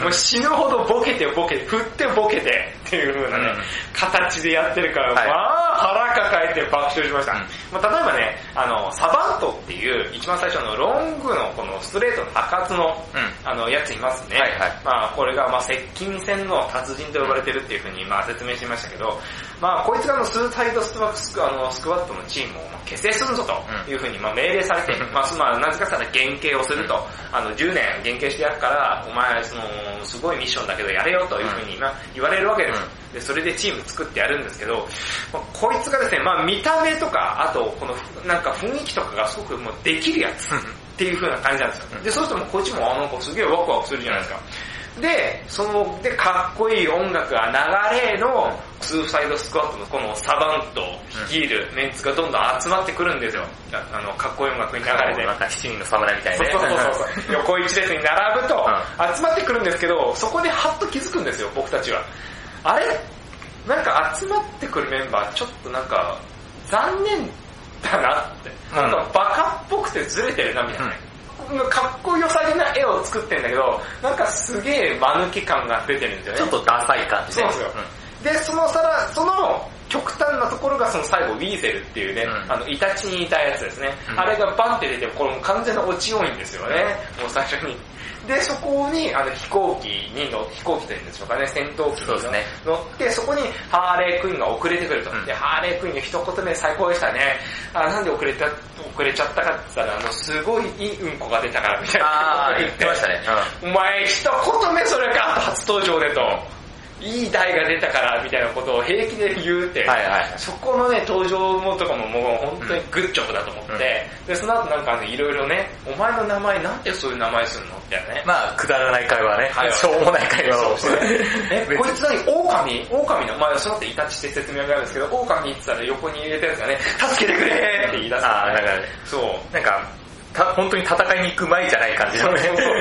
[SPEAKER 2] もう死ぬほどボケてボケて、振ってボケてっていう風なね、
[SPEAKER 1] うん
[SPEAKER 2] 形でやってるから、
[SPEAKER 1] はい
[SPEAKER 2] まあ腹抱えて爆笑しました。まあ、例えばね、あの、サバントっていう一番最初のロングのこのストレートの白髪の
[SPEAKER 1] うん。
[SPEAKER 2] あの、やついますね。
[SPEAKER 1] はいはい
[SPEAKER 2] まあ、これが、まあ、接近戦の達人と呼ばれてるっていうふうに、まあ、説明しましたけど、まあ、こいつがあの、スーサイドスクワスクあのスクワットのチームをまあ結成するぞというふうに、まあ、命令されて、まあ、 すまあ、なぜかさら減刑をすると、あの、10年減刑してやるから、お前、その、すごいミッションだけどやれよというふうに、まあ、言われるわけです。で、それでチーム作ってやるんですけど、まあこいつがですね、まあ、見た目とか、あと、この、なんか雰囲気とかがすごくもうできるやつ。っていう風な感じなんですよ。で、そうするともうこっちも、あ、なんかすげえワクワクするじゃないですか。で、その、で、かっこいい音楽が流れの、ツーサイドスクワットのこのサバンと率いるメンツがどんどん集まってくるんですよ。ああの、かっこいい音楽に流れて
[SPEAKER 1] な。んか七人の侍みたいなね。
[SPEAKER 2] そうそうそうそう。横一列に並ぶと、集まってくるんですけど、そこでハッと気づくんですよ、僕たちは。あれなんか集まってくるメンバー、ちょっとなんか、残念だなって。
[SPEAKER 1] うん
[SPEAKER 2] なんかバカっぽくてずれてるな、みたいな。かっこよさげな絵を作ってんだけど、なんかすげえ間抜け感が出てるんですよね。
[SPEAKER 1] ちょっとダサい感じ
[SPEAKER 2] そう
[SPEAKER 1] で。
[SPEAKER 2] なんですよ。で、そのさら、その極端なところがその最後、ウィーゼルっていうね、
[SPEAKER 1] うん
[SPEAKER 2] あの、イタチにいたやつですね。
[SPEAKER 1] うん
[SPEAKER 2] あれがバンって出て、これもう完全な落ち多いんですよね。もう最初に。で、そこに、あの、飛行機にの、飛行機というんでしょうかね、戦闘機に
[SPEAKER 1] そ
[SPEAKER 2] の
[SPEAKER 1] うですね
[SPEAKER 2] 乗って、そこにハーレークイーンが遅れてくると。
[SPEAKER 1] うん
[SPEAKER 2] で、ハーレークイーンの一言目最高でしたね。あ、なんで遅れた、遅れちゃったかって言ったら、あの、すごいいいうんこが出たからみたいな。
[SPEAKER 1] あー、言ってましたね。
[SPEAKER 2] お前一言目それか初登場でと。いい台が出たからみたいなことを平気で言うって。
[SPEAKER 1] はいはい。
[SPEAKER 2] そこのね、登場もとかももう本当にグッジョブだと思って、
[SPEAKER 1] うん
[SPEAKER 2] で、その後なんかね、いろいろね、お前の名前なんでそういう名前するのみたいな ね。
[SPEAKER 1] まあ、くだらない会話ね
[SPEAKER 2] はい。
[SPEAKER 1] しょうもない会話を。
[SPEAKER 2] え、
[SPEAKER 1] 別
[SPEAKER 2] こい
[SPEAKER 1] に
[SPEAKER 2] つ何狼狼の、まあその後イタチって説明があるんですけど、狼って言ったら横に入れたやつがね、助けてくれーって言い出す、
[SPEAKER 1] あー、だから、
[SPEAKER 2] そう。
[SPEAKER 1] なんか、た本当に戦いに行く前じゃない感じのね。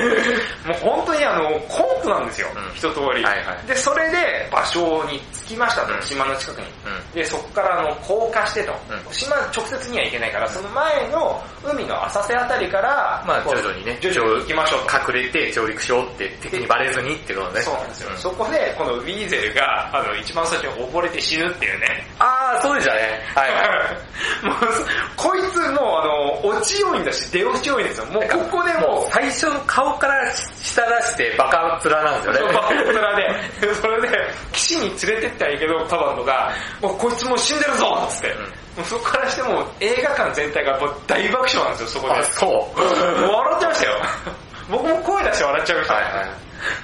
[SPEAKER 2] もう本当にあの、コントなんですよ、
[SPEAKER 1] うん
[SPEAKER 2] 一通り、
[SPEAKER 1] はいはい
[SPEAKER 2] で、それで場所に着きましたと、
[SPEAKER 1] うん
[SPEAKER 2] 島の近くに。
[SPEAKER 1] うん
[SPEAKER 2] で、そこからあの、降下してと、
[SPEAKER 1] うん
[SPEAKER 2] 島直接には行けないから、その前の海の浅瀬あたりから、
[SPEAKER 1] まあ、
[SPEAKER 2] こう
[SPEAKER 1] 徐々にね、
[SPEAKER 2] 徐々に行きましょうと。
[SPEAKER 1] 隠れて上陸しようって敵にバレずにってことね。
[SPEAKER 2] そうなんですよ、
[SPEAKER 1] ん
[SPEAKER 2] そこで、このウィーゼルが、あの、一番最初に溺れて死ぬっていうね。
[SPEAKER 1] あー、そうでしたね。はい はい。
[SPEAKER 2] もう、こいつもうあの、落ちよいんだし、出落ちよいんですよ。もうここでもう
[SPEAKER 1] もう、最初の顔から下出してバカ面なんですよね。
[SPEAKER 2] そうバットラで、それで、岸に連れてったらいいけど、カバンとか、もうこいつもう死んでるぞっつって。もうそこからしてもう映画館全体がもう大爆笑なんですよ、そこで。
[SPEAKER 1] あ、そう。
[SPEAKER 2] もう笑ってましたよ。僕も声出して笑っちゃいました。
[SPEAKER 1] はいはい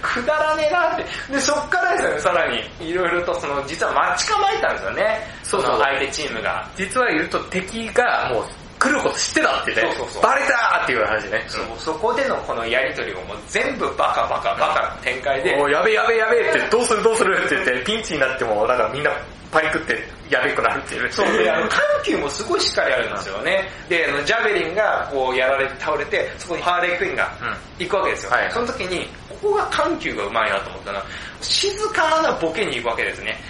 [SPEAKER 2] くだらねえなって。で、そっからですよね、さらに。いろいろと、その、実は待ち構えたんですよね。
[SPEAKER 1] そうそう
[SPEAKER 2] の相手チームが。
[SPEAKER 1] 実は言うと敵がもう来ること知ってたってね。
[SPEAKER 2] そうそうそう
[SPEAKER 1] バレたーっていう話ね。
[SPEAKER 2] そうそこでのこのやりとりをもう全部バカバカバカの展開で
[SPEAKER 1] も、うやべえやべえやべえってどうするどうするって言ってピンチになってもなんかみんなパニックってやべくなるっていう。
[SPEAKER 2] そうで、あの、緩急もすごいしっかりあるんですよね。で、あの、ジャベリンがこうやられて倒れて、そこにハーレークイーンが行くわけですよ。
[SPEAKER 1] はい
[SPEAKER 2] その時に、ここが緩急がうまいなと思ったのは、静かなボケに行くわけですね。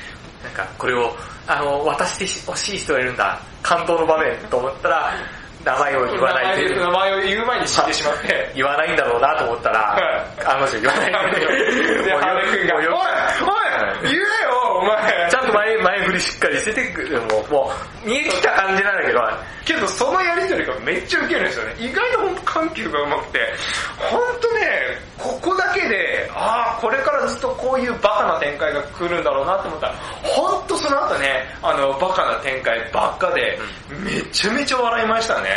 [SPEAKER 1] なんかこれを、あの、渡して欲しい人がいるんだ。感動の場面と思ったら名前を言わないで。
[SPEAKER 2] 名前を言う前に死んでしまって。
[SPEAKER 1] 言わないんだろうなと思ったら、あの人言わな
[SPEAKER 2] で、
[SPEAKER 1] い
[SPEAKER 2] ハー
[SPEAKER 1] でもうよ
[SPEAKER 2] レークイーンが、お
[SPEAKER 1] も
[SPEAKER 2] い
[SPEAKER 1] うよ
[SPEAKER 2] おい言えよお前
[SPEAKER 1] ちゃんと前、前振りしっかりしてて、もう、もう、見えてきた感じなんだけど、
[SPEAKER 2] けどそのやりとりがめっちゃウケるんですよね。意外と本当緩急がうまくて、本当ね、ここだけで、ああ、これからずっとこういうバカな展開が来るんだろうなと思ったら、本当その後ね、あの、バカな展開ばっかで、めちゃめちゃ笑いましたね。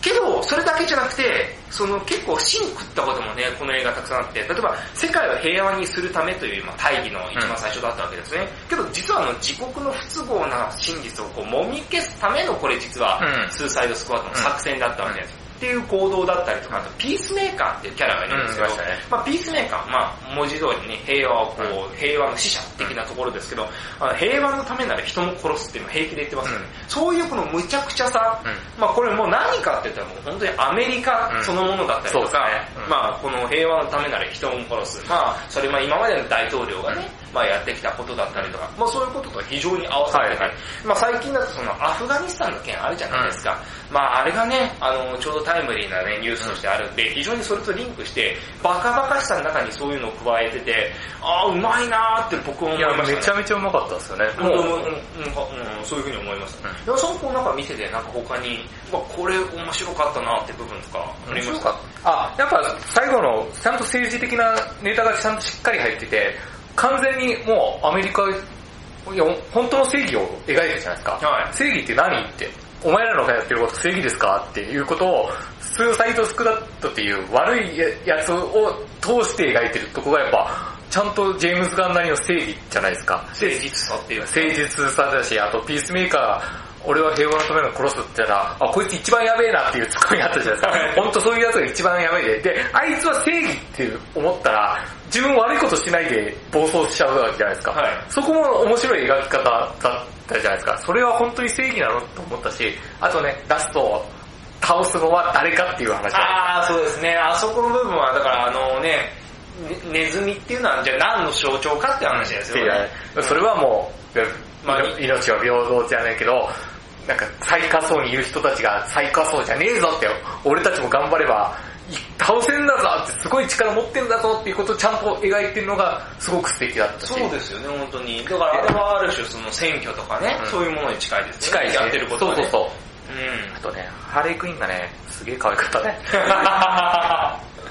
[SPEAKER 2] けど、それだけじゃなくて、その結構芯食ったこともね、この映画たくさんあって、例えば、世界を平和にするためという、まあ、大義の一番最初だったわけですね。けど、実はあの、自国の不都合な真実をこう、もみ消すための、これ実は、
[SPEAKER 1] うん
[SPEAKER 2] スーサイドスクワットの作戦だったわけです。っていう行動だったりとか、あとピースメーカーっていうキャラがいるんですけど、
[SPEAKER 1] うんいましたね
[SPEAKER 2] まあ、ピースメーカー、まあ、文字通りね、平和をこう、平和の使者的なところですけど、あの平和のためなら人も殺すっていうのは平気で言ってますよね。そういうこの無茶苦茶さ、
[SPEAKER 1] う
[SPEAKER 2] まあこれもう何かって言ったらもう本当にアメリカ
[SPEAKER 1] うん
[SPEAKER 2] そのものだったりと
[SPEAKER 1] そうです
[SPEAKER 2] か、
[SPEAKER 1] ねうん
[SPEAKER 2] まあこの平和のためなら人も殺す。まあそれまあ今までの大統領がね、まあやってきたことだったりとか、まあそういうことと非常に合わさってて、
[SPEAKER 1] はいはい
[SPEAKER 2] まあ最近だとそのアフガニスタンの件あるじゃないですか。まああれがね、あのちょうどタイムリーなねニュースとしてあるんで、非常にそれとリンクして、バカバカしさの中にそういうのを加えてて、ああうまいなーって僕思
[SPEAKER 1] い
[SPEAKER 2] いま
[SPEAKER 1] や、
[SPEAKER 2] した、ね。
[SPEAKER 1] めちゃめちゃうまかったですよね。
[SPEAKER 2] もう、うん、
[SPEAKER 1] も
[SPEAKER 2] うん
[SPEAKER 1] う、、
[SPEAKER 2] うんそういうふうに思いました。
[SPEAKER 1] うん
[SPEAKER 2] 山本君なんか見てて、なんか他に、まあ、これ面白かったなって部分とかありました
[SPEAKER 1] あ、やっぱ最後の、ちゃんと政治的なネタがちゃんとしっかり入ってて、完全にもうアメリカ、いや本当の正義を描いてるじゃないですか。
[SPEAKER 2] はい
[SPEAKER 1] 正義って何って、お前らのがやってること正義ですかっていうことを、スーサイドスクラットっていう悪いややつを通して描いてるとこがやっぱ、ちゃんとジェームズ・ガンなりの正義じゃないですか。
[SPEAKER 2] 誠実さっていう。
[SPEAKER 1] 誠実さだし、あとピースメーカ俺は平和のためなら殺すって言ったら、あ、こいつ一番やべえなっていうツッコミがあったじゃないですか。本当そういうやつが一番やべえで。で、あいつは正義って思ったら、自分悪いことしないで暴走しちゃうわけじゃないですか。
[SPEAKER 2] はい
[SPEAKER 1] そこも面白い描き方だったじゃないですか。それは本当に正義なのと思ったし、あとね、ラストを倒すのは誰かっていう話
[SPEAKER 2] ああ、そうですね。あそこの部分は、だからあのね、ねネズミっていうのは、じゃあ何の象徴かって話ですよね。
[SPEAKER 1] ってそれはもう、
[SPEAKER 2] まあ
[SPEAKER 1] いの命は平等じゃないけど、なんか最下層にいる人たちが最下層じゃねえぞって、俺たちも頑張れば、い倒せんだぞって、すごい力持ってんだぞっていうことをちゃんと描いてるのがすごく素敵だったし。
[SPEAKER 2] そうですよね、本当に。だからあれはある種、その選挙とかね、
[SPEAKER 1] うん
[SPEAKER 2] そういうものに近いですよ
[SPEAKER 1] 近い
[SPEAKER 2] ね。
[SPEAKER 1] し
[SPEAKER 2] やってることは
[SPEAKER 1] そ
[SPEAKER 2] ね。
[SPEAKER 1] うそうそう。
[SPEAKER 2] うん
[SPEAKER 1] あとね、ハーレークイーンがね、すげえ可愛かった ね。
[SPEAKER 2] あ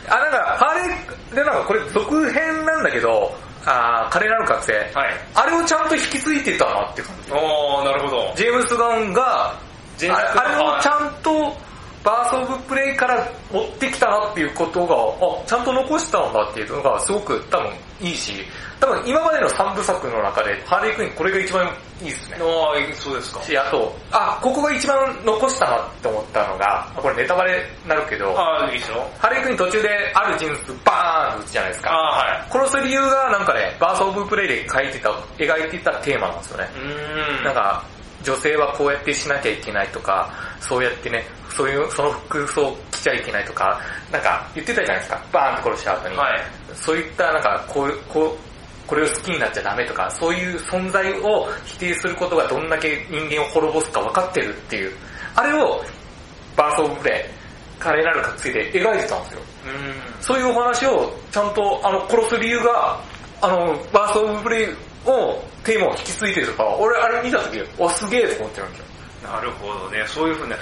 [SPEAKER 1] あ、なんか、ハーレー、で、なんかこれ続編なんだけど、あー、彼なる覚醒。
[SPEAKER 2] はい。
[SPEAKER 1] あれをちゃんと引き継いでたなって感じ。
[SPEAKER 2] おー、なるほど。
[SPEAKER 1] ジェームス・ガンが、
[SPEAKER 2] 前
[SPEAKER 1] あ
[SPEAKER 2] 作と
[SPEAKER 1] あれをちゃんとバース・オブ・プレイから持ってきたなっていうことが、あ、ちゃんと残したんだっていうのがすごく多分いいし、多分今までの3部作の中でハーレー・クイーンこれが一番いいですね。
[SPEAKER 2] あー、そうですか。
[SPEAKER 1] し、あと、あ、ここが一番残したなって思ったのが、これネタバレになるけど、
[SPEAKER 2] あー、いいですよ。
[SPEAKER 1] ハーレー・クイーン途中である人物バーンって撃つじゃないですか。
[SPEAKER 2] あ
[SPEAKER 1] 殺す理由がなんかね、バース・オブ・プレイで書いてた、描いてたテーマなんですよね。
[SPEAKER 2] ー、はい。うーん。
[SPEAKER 1] なんか、女性はこうやってしなきゃいけないとか、そうやってね、そういう、その服装着ちゃいけないとか、なんか言ってたじゃないですか。バーンって殺した後に。
[SPEAKER 2] はい。
[SPEAKER 1] そういったなんか、こう、こう、これを好きになっちゃダメとか、そういう存在を否定することがどんだけ人間を滅ぼすか分かってるっていう、あれを、バースオブプレイ、華麗なる覚醒で描いてたんですよ。
[SPEAKER 2] うーん。
[SPEAKER 1] そういうお話をちゃんとあの殺す理由が、あの、バースオブプレイをテーマを引き継いでるとか、俺あれ見た時、わ、すげえと思ってるんですよ。
[SPEAKER 2] なるほどね、そういうふうな、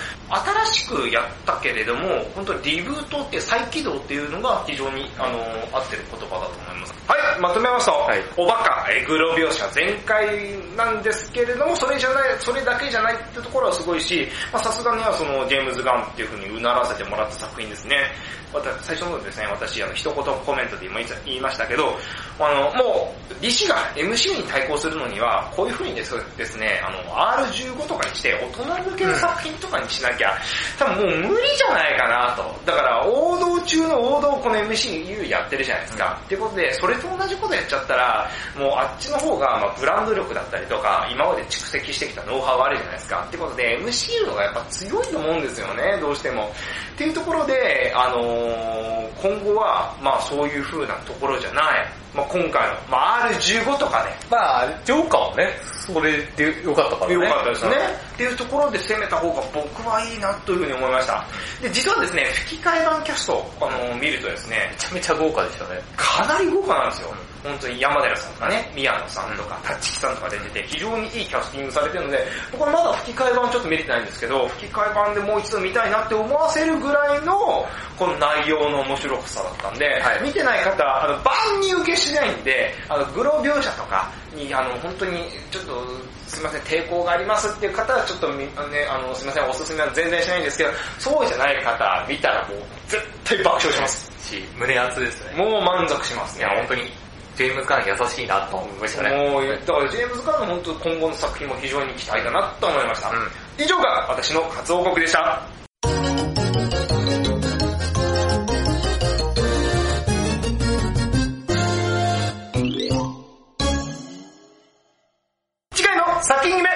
[SPEAKER 2] 新しくやったけれども、本当にリブートって再起動っていうのが非常に、あの、合ってる言葉だと思います。はい、まとめました。
[SPEAKER 1] はい
[SPEAKER 2] おバカ、えグロ描写全開なんですけれども、それじゃない、それだけじゃないってところはすごいし、まあさすがにはその、ジェームズ・ガンっていうふうにうならせてもらった作品ですね。また、最初の方でですね、私、あの、一言コメントで今言い言いましたけど、あの、もう、DC が MCU に対抗するのには、こういうふうにですですね、あの、R15 とかにして、大人向けの作品とかにしなきゃ、多分もう無理じゃないかなと。だから、王道中の王道をこの MCU やってるじゃないですか。っていうことで、それと同じことやっちゃったら、もうあっちの方が、まあ、ブランド力だったりとか、今まで蓄積してきたノウハウあるじゃないですか。ってことで、MCU の方がやっぱ強いと思うんですよね、どうしても。っていうところで、あのー今後は、まあそういう風なところじゃない。まあ今回の、まあ R15 とかね、
[SPEAKER 1] まあ、ジョーカーはね、それでよかったからね。
[SPEAKER 2] 良かったですね。っていうところで攻めた方が僕はいいなというふうに思いました。で、実はですね、吹き替え版キャスト、あのー見るとですね、
[SPEAKER 1] めちゃめちゃ豪華でしたね。
[SPEAKER 2] かなり豪華なんですよ。本当に山寺さんとかね、宮野さんとか、タッチキさんとか出てて、非常にいいキャスティングされてるので、僕はまだ吹き替え版ちょっと見れてないんですけど、吹き替え版でもう一度見たいなって思わせるぐらいの、この内容の面白さだったんで、
[SPEAKER 1] はい
[SPEAKER 2] 見てない方、あの、万に受けしないんで、あの、グロ描写とかに、あの、本当に、ちょっと、すいません、抵抗がありますっていう方は、ちょっとみ、あのね、あの、すいません、おすすめは全然しないんですけど、そうじゃない方、見たらもう、絶対爆笑します。
[SPEAKER 1] し、胸熱ですね。
[SPEAKER 2] もう満足します
[SPEAKER 1] い
[SPEAKER 2] ね。
[SPEAKER 1] や、本当に、ジェームズ・ガン優しいなと思いましたね。
[SPEAKER 2] もう、だからジェームズ・ガンの本当今後の作品も非常に期待だなと思いました。
[SPEAKER 1] うん
[SPEAKER 2] 以上が私の活動報告でした。次回の作品決め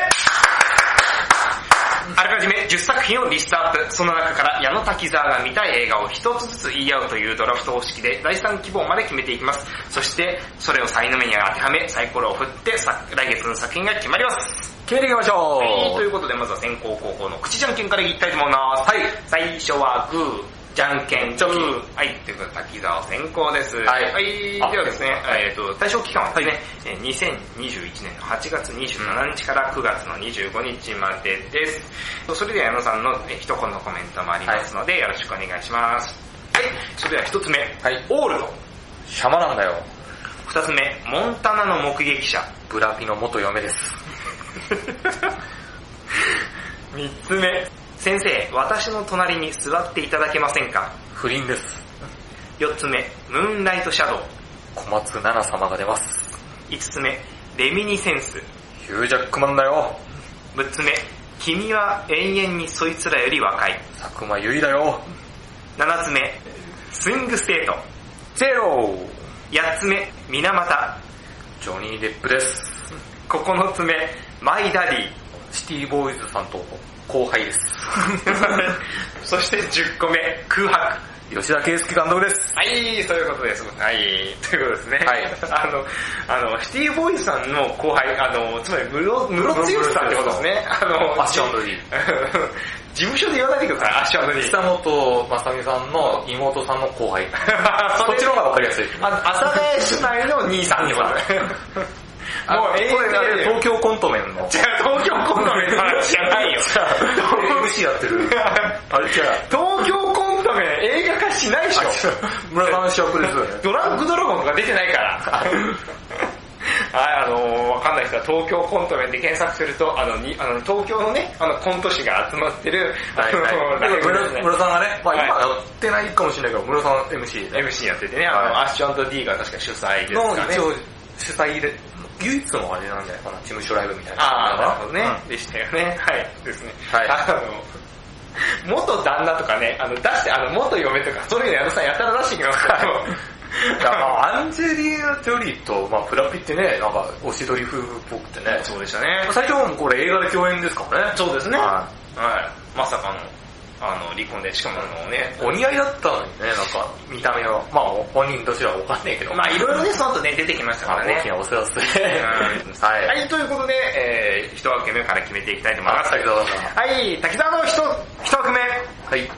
[SPEAKER 2] あらかじめ10作品をリストアップ、その中から矢野滝沢が見たい映画を一つずつ言い合うというドラフト方式で第3希望まで決めていきます。そして、それをサインの目に当てはめ、サイコロを振って、さ来月の作品が決まります。
[SPEAKER 1] 決めていきましょう。
[SPEAKER 2] はい、ということでまずは先行後攻の口じゃんけんからいきたいと思います。はい。最初はグー、じゃんけん、グー。はい、ということで滝沢先行です。
[SPEAKER 1] はい
[SPEAKER 2] で
[SPEAKER 1] あ
[SPEAKER 2] はですね、えっ、と、対象期間はですね、えー2021年の8月27日から9月の25日までです。それでは矢野さんのえー一言のコメントもありますので、よろしくお願いします。はい、それでは一つ目、
[SPEAKER 1] はい
[SPEAKER 2] オールド。
[SPEAKER 1] シャマなんだよ。
[SPEAKER 2] 二つ目、モンタナの目撃者。
[SPEAKER 1] ブラピの元嫁です。
[SPEAKER 2] 三つ目、先生、私の隣に座っていただけませんか
[SPEAKER 1] 不倫です。
[SPEAKER 2] 四つ目、ムーンライトシャドウ。
[SPEAKER 1] 小松菜奈様が出ます。
[SPEAKER 2] 五つ目、レミニセンス。
[SPEAKER 1] ヒュージャックマンだよ。
[SPEAKER 2] 6つ目、
[SPEAKER 3] 君は永遠にそいつらより若い。
[SPEAKER 1] 佐久間由里だよ。
[SPEAKER 3] 7つ目、スイングステート。
[SPEAKER 1] ゼロ
[SPEAKER 3] 8つ目、水俣。
[SPEAKER 1] ジョニー・デップです。
[SPEAKER 3] 9つ目、マイダディ。
[SPEAKER 1] シティボーイズさんと後輩です。
[SPEAKER 3] そして10個目、空白。
[SPEAKER 1] 吉田圭介監督です。
[SPEAKER 2] はい、そういうことです。はい、ということですね。
[SPEAKER 1] はい
[SPEAKER 2] あの、あの、シティボーイズさんの後輩、あの、つまり、ムロ、ムロツヨシさんってことですね。あの、
[SPEAKER 1] アッシュアンドリー。
[SPEAKER 2] 事務所で言わないでください、アッシュアンドリー。
[SPEAKER 1] 久本雅美さんの妹さんの後輩。
[SPEAKER 2] そ
[SPEAKER 1] そっちの方がわかりやすい。
[SPEAKER 2] あの、阿佐ヶ谷姉妹の兄さんってこと ですね。
[SPEAKER 1] あ
[SPEAKER 2] もう
[SPEAKER 1] こ
[SPEAKER 2] 永遠
[SPEAKER 1] れあれ
[SPEAKER 2] で。
[SPEAKER 1] 東京コントメ ンの。
[SPEAKER 2] じゃあ東京コントメントの話じゃないよ。
[SPEAKER 1] MC やってる。あれ違う。
[SPEAKER 2] 東京コントメント映画化しないでしょ。
[SPEAKER 1] 村田の主役ですよね。
[SPEAKER 2] ドラッグドラゴンとか出てない から。はい、あのーわかんない人は東京コントメンで検索すると、あの、にあの東京のね、あの、コント師が集まってる、あのライブ
[SPEAKER 1] 村
[SPEAKER 2] ですね
[SPEAKER 1] 村さんがね、まあ
[SPEAKER 2] はい
[SPEAKER 1] 今やってないかもしれないけど、村さん MC でね。
[SPEAKER 2] MC やっててね、あの、アッシュ &D が確か主催です
[SPEAKER 1] の
[SPEAKER 2] かね
[SPEAKER 1] 一。応主催で、唯一のあれなんじゃないかな、事務所ライブみたいな。
[SPEAKER 2] ああ、なるほどね、
[SPEAKER 1] うん
[SPEAKER 2] でしたよね。はい。ですね。
[SPEAKER 1] はい
[SPEAKER 2] あの、元旦那とかね、あの、出して、あの、元嫁とか、そういうの矢野さんやたら出してきますけ
[SPEAKER 1] だ
[SPEAKER 2] ど。
[SPEAKER 1] からまあアンジェリーナ・ジョリーと、まあ、プラピってね、なんか、おしどり夫婦っぽくてね。
[SPEAKER 2] そうでしたね。
[SPEAKER 1] 最初はもうこれ映画で共演ですからね。
[SPEAKER 2] そうですね。は。
[SPEAKER 1] はい
[SPEAKER 2] まさかの、あの、離婚で、しかもあのね、
[SPEAKER 1] いお似合いだったのにね、なんか、見た目は。まあ、本人どちらかわかんないけど。
[SPEAKER 2] まあいろいろね、その後ね、出てきましたからね
[SPEAKER 1] 大き。なお世話ですね。
[SPEAKER 2] うん
[SPEAKER 1] はい。
[SPEAKER 2] はい、ということで、えー、一枠目から決めていきたいと思い
[SPEAKER 1] あ
[SPEAKER 2] ま
[SPEAKER 1] っ
[SPEAKER 2] す。
[SPEAKER 1] たけど、
[SPEAKER 2] はい、滝沢の一、一枠目、
[SPEAKER 1] はい。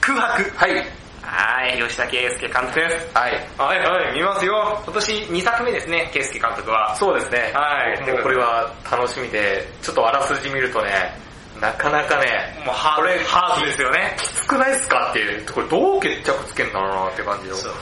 [SPEAKER 2] 空白。
[SPEAKER 1] はい。
[SPEAKER 2] はい、吉田圭介監督です。
[SPEAKER 1] はい。
[SPEAKER 2] はいはい、見ますよ。今年2作目ですね、圭介監督は。
[SPEAKER 1] そうですね。
[SPEAKER 2] はい
[SPEAKER 1] もうこれは楽しみで、ちょっとあらすじ見るとね、なかなかね、
[SPEAKER 2] もうハード、ハードですよね。
[SPEAKER 1] 少ないっすかっていう、これどう決着つけんだろうなって感じの。そう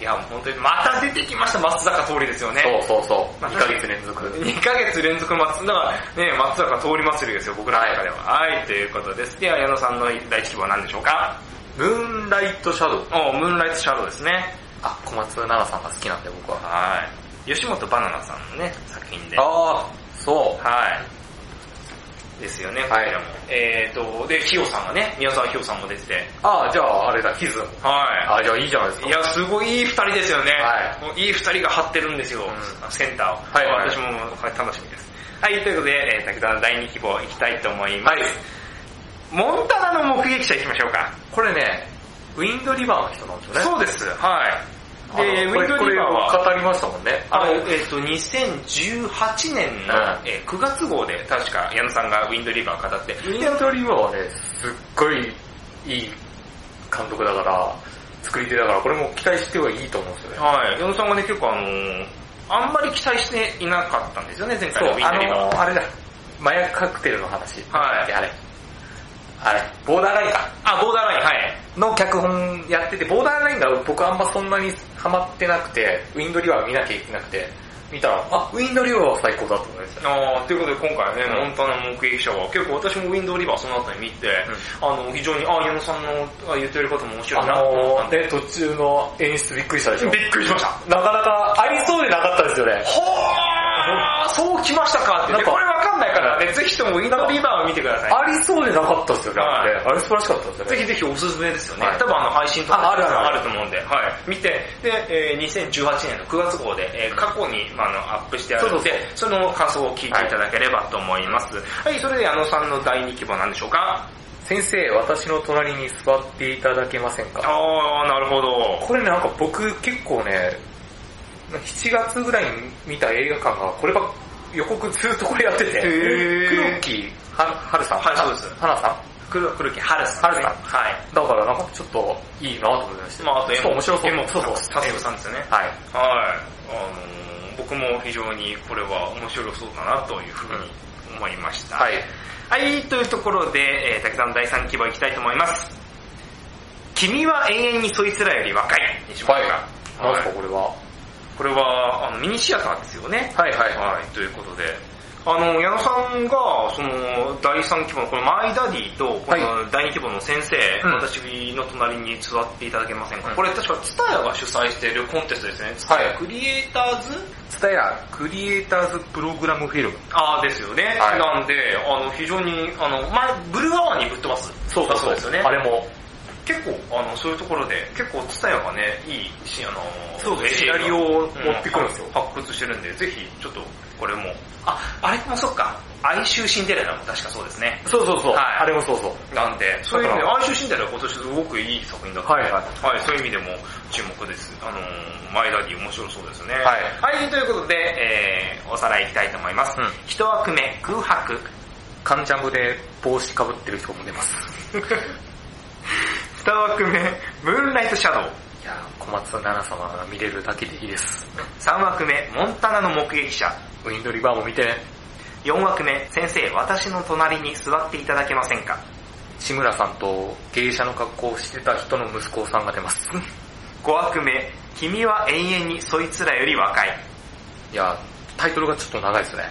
[SPEAKER 2] いや、本当に、また出てきました、松坂通りですよね。
[SPEAKER 1] そうそう。
[SPEAKER 2] まあ
[SPEAKER 1] 2ヶ月連続。
[SPEAKER 2] 2ヶ月連続松、だからね、松坂通り祭りですよ、僕らの中では。はい、ということです。では、矢野さんの第一希望は何でしょうか
[SPEAKER 1] ムーンライトシャドウ。
[SPEAKER 2] おムーンライトシャドウですね。
[SPEAKER 1] あ、小松菜奈さんが好きなんで僕は。
[SPEAKER 2] はい。吉本バナナさんのね、作品で。は
[SPEAKER 1] ああ、そう。
[SPEAKER 2] い。ですよね、こちらも。えーと、で、ヒヨさんがね、宮沢ヒヨさんも出てて。
[SPEAKER 1] ああ、じゃああれだ、キズ。
[SPEAKER 2] は
[SPEAKER 1] あじゃあいいじゃないです
[SPEAKER 2] い。
[SPEAKER 1] か。
[SPEAKER 2] いや、すごいいい二人ですよね。
[SPEAKER 1] はい
[SPEAKER 2] もういい二人が張ってるんですよ、
[SPEAKER 1] う
[SPEAKER 2] センターを。
[SPEAKER 1] はいはい
[SPEAKER 2] 私も、はい、楽しみです。はい、ということで、えー、滝沢の第二希望いきたいと思います。
[SPEAKER 1] はい
[SPEAKER 2] モンタナの目撃者いきましょうか。
[SPEAKER 1] これね、ウィンドリバーの人なんですよね。
[SPEAKER 2] そうです。はい。
[SPEAKER 1] あ
[SPEAKER 2] で、ウ
[SPEAKER 1] のこ
[SPEAKER 2] ィ
[SPEAKER 1] れ
[SPEAKER 2] ンドリバー
[SPEAKER 1] これ
[SPEAKER 2] は、
[SPEAKER 1] 語りましたもんね。
[SPEAKER 2] あの、えっ、と、
[SPEAKER 1] うん
[SPEAKER 2] 2018年の、えー9月号で、確か矢野さんがウィンドリバー語って、
[SPEAKER 1] ウィンドリバーはね、すっごいいい監督だから、作り手だから、これも期待してはいいと思うんですよね。
[SPEAKER 2] はい、矢野さんがね、結構あのーあんまり期待していなかったんですよね、前回のウィ
[SPEAKER 1] あ
[SPEAKER 2] ンドリバー
[SPEAKER 1] の
[SPEAKER 2] は。
[SPEAKER 1] ー、あれだ、麻薬カクテルの話。
[SPEAKER 2] はい
[SPEAKER 1] あれ。あれ、ボーダーラインか。
[SPEAKER 2] あ、ボーダーライン、はい。
[SPEAKER 1] の脚本やってて、ボーダーラインが僕あんまそんなにハマってなくて、ウィンドリバー見なきゃいけなくて、見たら、あ、ウィンドリバーは最高だと思いました。
[SPEAKER 2] あーということで今回ね、
[SPEAKER 1] うん
[SPEAKER 2] モンタナの目撃者は、結構私もウィンドリバーその後に見て、あの、非常に、あ、矢野さんのあ言ってることも面白いなと思った
[SPEAKER 1] あの
[SPEAKER 2] んで、
[SPEAKER 1] ー、ね、途中の演出びっくりしたでしょ。
[SPEAKER 2] びっくりしました。
[SPEAKER 1] なかなかありそうでなかったですよね。
[SPEAKER 2] ほーそうきましたかって。
[SPEAKER 1] なん
[SPEAKER 2] で
[SPEAKER 1] か
[SPEAKER 2] これわかんないからね、ぜひともウィンドリバーを見てください。
[SPEAKER 1] ありそうでなかったですよね、あれ
[SPEAKER 2] は
[SPEAKER 1] あれ素晴らしかったですよね。
[SPEAKER 2] ぜひぜひおすすめですよね。
[SPEAKER 1] はい
[SPEAKER 2] 多分あの配信とか
[SPEAKER 1] ああるあるあ
[SPEAKER 2] あ
[SPEAKER 1] る
[SPEAKER 2] ると思うんで、はい。見て、で、えー2018年の9月号で、えー過去に、まあ、あのアップしてあるので、その感想を聞いていただければと思います。はい、それで矢野さんの第2希望なんでしょうか
[SPEAKER 1] 先生、私の隣に座っていただけませんか
[SPEAKER 2] あー、なるほど。
[SPEAKER 1] これね、なんか僕結構ね、7月ぐらいに見た映画館が、これば予告ずっとこれやってて、
[SPEAKER 2] へー
[SPEAKER 1] 黒木ははるさん、
[SPEAKER 2] はいそうです
[SPEAKER 1] はなさ
[SPEAKER 2] 黒黒木春さん、
[SPEAKER 1] 春さん
[SPEAKER 2] はい。
[SPEAKER 1] んだからなんかちょっといいなと思いました。
[SPEAKER 2] まあ、あと
[SPEAKER 1] ちょっと面白そう。
[SPEAKER 2] 絵も、
[SPEAKER 1] そうそう。
[SPEAKER 2] タスクさんですよね。
[SPEAKER 1] はい。
[SPEAKER 2] はい。あのー僕も非常にこれは面白そうだなというふうに思いました。
[SPEAKER 1] はい。
[SPEAKER 2] はい、というところで、えー、滝さんの第3希望いきたいと思います。君は永遠にそいつらより若い。にしましょうか
[SPEAKER 1] なん
[SPEAKER 2] は
[SPEAKER 1] す
[SPEAKER 2] い
[SPEAKER 1] かこれは。
[SPEAKER 2] これは、あの、ミニシアターですよね。
[SPEAKER 1] はいは
[SPEAKER 2] はい、ということで、ああの、矢野さんが、その、第3規模の、このマイダディと、こ
[SPEAKER 1] はい
[SPEAKER 2] の第2規模の先生、
[SPEAKER 1] うん
[SPEAKER 2] 私の隣に座っていただけませんか、
[SPEAKER 1] うん
[SPEAKER 2] これ確か、ツタヤが主催しているコンテストですね。ツタ
[SPEAKER 1] は
[SPEAKER 2] ヤ
[SPEAKER 1] い
[SPEAKER 2] クリエイターズ、
[SPEAKER 1] ツタヤクリエイターズプログラムフィルム。
[SPEAKER 2] ああですよね。
[SPEAKER 1] はい
[SPEAKER 2] なんで、あの、非常に、あの、前、ブルーアワーにぶっ飛ばす。
[SPEAKER 1] そうそう
[SPEAKER 2] そうですよね。
[SPEAKER 1] あれも。
[SPEAKER 2] 結構、あの、そういうところで、結構、ツタヤがね、いいし、あの、
[SPEAKER 1] そうです
[SPEAKER 2] シナリオを
[SPEAKER 1] シナリオを持ってくるんですよ
[SPEAKER 2] う発掘してるんで、ぜひ、ちょっと、これも。あ、あれもそっか、哀愁シンデレラも確かそうですね。
[SPEAKER 1] そうそうそう。
[SPEAKER 2] はい
[SPEAKER 1] あれもそうそう。
[SPEAKER 2] なんで、そういう意味で、
[SPEAKER 1] だか
[SPEAKER 2] 哀愁シンデレラは今年すごくいい作品だったの
[SPEAKER 1] はい
[SPEAKER 2] で、
[SPEAKER 1] はい
[SPEAKER 2] はい、そういう意味でも注目です。あのー、マイラディ面白そうですね。。
[SPEAKER 1] はい
[SPEAKER 2] はい、ということで、えー、おさらいいきたいと思います。
[SPEAKER 1] うん
[SPEAKER 2] 一枠目、空白。
[SPEAKER 1] カンジャムで帽子かぶってる人も出ます。
[SPEAKER 2] 二枠目、ムーンライトシャドウ。
[SPEAKER 1] いやー小松菜奈様が見れるだけでいいです。
[SPEAKER 2] 三枠目、モンタナの目撃者。
[SPEAKER 1] ウィンドリバーも見てね。
[SPEAKER 2] 4枠目、先生、私の隣に座っていただけませんか
[SPEAKER 1] 志村さんと芸者の格好をしてた人の息子さんが出ます。
[SPEAKER 2] ?5 枠目、君は永遠にそいつらより若い。
[SPEAKER 1] いやータイトルがちょっと長いですね。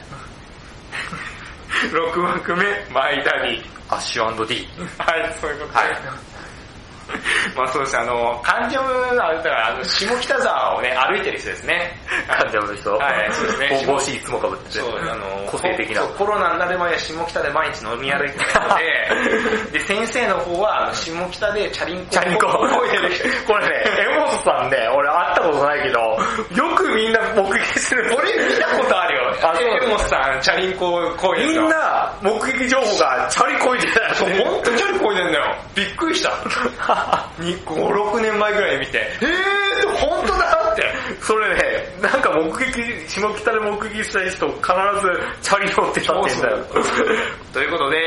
[SPEAKER 2] 6枠目、マイダディ。
[SPEAKER 1] アッシュ &D。
[SPEAKER 2] はい、そういうことで
[SPEAKER 1] はい
[SPEAKER 2] まあそうですね、あの、カンジャム、あれだから、あの、下北沢をね、歩いてる人ですね。
[SPEAKER 1] カンジャムの人。
[SPEAKER 2] はいそうですね
[SPEAKER 1] 帽帽子いつもかぶってて。
[SPEAKER 2] そう、あの、
[SPEAKER 1] 個性的な
[SPEAKER 2] そうコロナになる前は下北で毎日飲み歩いてたの で、で、先生の方は、あの下北でチャリンコ
[SPEAKER 1] チャリンコ。
[SPEAKER 2] を
[SPEAKER 1] こ
[SPEAKER 2] 覚えてる 人。
[SPEAKER 1] れね、エモスさんね、俺会ったことないけど、よくみんな目撃する。
[SPEAKER 2] 俺見たことあるよ。
[SPEAKER 1] あそう
[SPEAKER 2] エモスさん、チャリンコこいで
[SPEAKER 1] み
[SPEAKER 2] る
[SPEAKER 1] ん
[SPEAKER 2] の
[SPEAKER 1] な目撃情報がチャリこいでた
[SPEAKER 2] そう、本当にチャリこいでんだよ。びっくり した。5、6年前ぐらいに見て、えー、本当だって。
[SPEAKER 1] それね、なんか目撃、下北で目撃した人必ずチャリ乗ってたって言うんだよ。
[SPEAKER 2] ということで、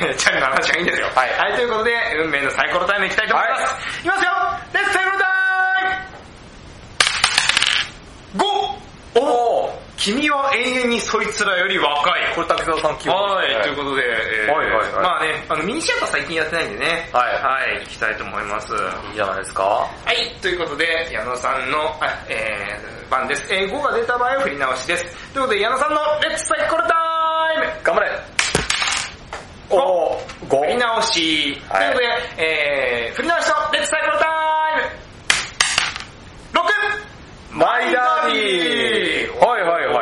[SPEAKER 2] えー、チャリの話はいいんですよ。はい。ということで、運命のサイコロタイムいきたいと思います。い、きますよレッツサイコロタイム !5! お君は永遠にそいつらより若い。
[SPEAKER 1] これ滝沢さん聞い
[SPEAKER 2] はい、ということで、えー
[SPEAKER 1] はいはいはい
[SPEAKER 2] まあね、あの、ミニシアター最近やってないんでね、、
[SPEAKER 1] はい
[SPEAKER 2] はい、行きたいと思います。
[SPEAKER 1] いいじゃないですか。
[SPEAKER 2] はい、ということで、矢野さんの、あえー、番です。えー、5が出た場合は振り直しです。ということで、矢野さんのレッツサイコロタイム
[SPEAKER 1] 頑張れおー、
[SPEAKER 2] 振り
[SPEAKER 1] 5。
[SPEAKER 2] 直し。
[SPEAKER 1] はい
[SPEAKER 2] ということで、えー、振り直しのレッツサイコロタイム !6!
[SPEAKER 1] マイダービーはいはいは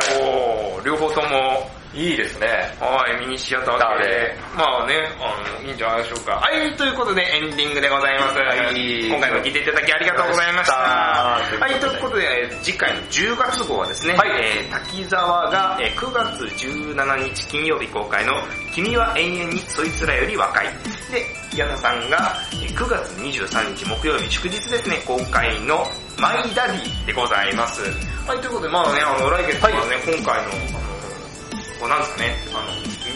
[SPEAKER 1] い。
[SPEAKER 2] おー、両方とも、
[SPEAKER 1] いいですね。
[SPEAKER 2] はい、ミニシアター
[SPEAKER 1] だ
[SPEAKER 2] で
[SPEAKER 1] ね。
[SPEAKER 2] まあね、あの、いいんじゃないでしょうか。はい、ということでエンディングでございます。
[SPEAKER 1] はい
[SPEAKER 2] 今回も聞いていただきありがとうございました。
[SPEAKER 1] あり
[SPEAKER 2] は
[SPEAKER 1] が
[SPEAKER 2] い、と
[SPEAKER 1] と
[SPEAKER 2] いう
[SPEAKER 1] う
[SPEAKER 2] ことで、えー次回の10月号はですね、
[SPEAKER 1] はい
[SPEAKER 2] えー滝沢が、えー9月17日金曜日公開の君は永遠にそいつらより若い。で、矢野さんが、えー9月23日木曜日祝日ですね、公開のマイダディでございます。はい、ということで、まあね、あの、来月はね、今回の、あの、こうなんですかね、あの、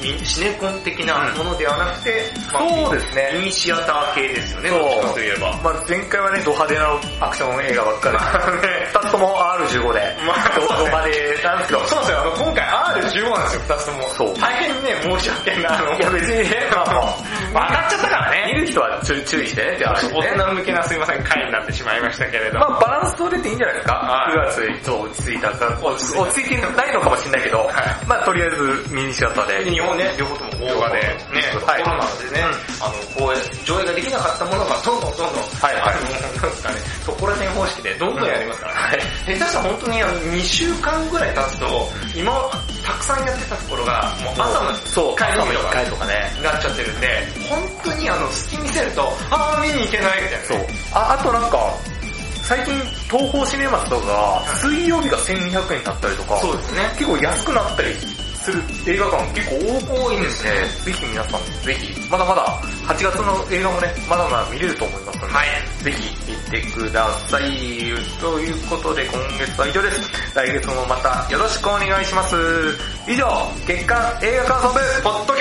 [SPEAKER 2] みシネコン的なものではなくて、
[SPEAKER 1] そうですね
[SPEAKER 2] ミニシアター系ですよね、
[SPEAKER 1] そう
[SPEAKER 2] どっちかといえば。
[SPEAKER 1] まあ前回はね、ド派手なアクション映画ばっかりでした。2つとも R15 で、
[SPEAKER 2] まあ
[SPEAKER 1] ドド
[SPEAKER 2] そうね
[SPEAKER 1] 派手なんですけど、
[SPEAKER 2] そうですよ、あの、今回 R15 なんですよ、二つとも。
[SPEAKER 1] そう
[SPEAKER 2] 大変ね、申し訳ない。あの、
[SPEAKER 1] いや別にね、ま あまあ
[SPEAKER 2] 当たっちゃったから
[SPEAKER 1] 見
[SPEAKER 2] ね。
[SPEAKER 1] る人は注注意してね、じゃあ、
[SPEAKER 2] 大
[SPEAKER 1] ね。
[SPEAKER 2] 人向けなすいません、回になってしまいましたけれど
[SPEAKER 1] ま
[SPEAKER 2] も。
[SPEAKER 1] あバランス取れていいんじゃないですか
[SPEAKER 2] はい
[SPEAKER 1] ?9 月と落ち着いたか、落
[SPEAKER 2] ち
[SPEAKER 1] ち
[SPEAKER 2] 着い
[SPEAKER 1] 着
[SPEAKER 2] た
[SPEAKER 1] いてないのかもしれないけど、
[SPEAKER 2] い
[SPEAKER 1] まあとりあえずミニシアターで。
[SPEAKER 2] 日本ね、両方とも邦画で、ね、
[SPEAKER 1] はい
[SPEAKER 2] コロナでね、あの、こう、上映ができなかったものが、どんどんどんどん、
[SPEAKER 1] はいはい
[SPEAKER 2] あの、なんですかね、そこら辺方式でどんどんやりますから、下手したら本当にあの2週間ぐらい経つと、今、たくさんやってたところが、もう朝の
[SPEAKER 1] そう、
[SPEAKER 2] 帰り
[SPEAKER 1] 朝の
[SPEAKER 2] と
[SPEAKER 1] 1
[SPEAKER 2] か
[SPEAKER 1] 回とかね。
[SPEAKER 2] なっちゃってるんで、本当にあの、隙見せると、あー見に行けないみたいな。
[SPEAKER 1] そう。あ、あとなんか、最近東宝シネマズとか、水曜日が1200円だったりとか、
[SPEAKER 2] そうですね。
[SPEAKER 1] 結構安くなったりする映画館結構多いんですね。ぜひ皆さん、ぜひ、まだまだ8月の映画もね、まだまだ見れると思いますので、
[SPEAKER 2] はい。
[SPEAKER 1] ぜひ見てください。ということで今月は以上です。来月もまたよろしくお願いします。以上、月間映画感想部、ポッドキャスト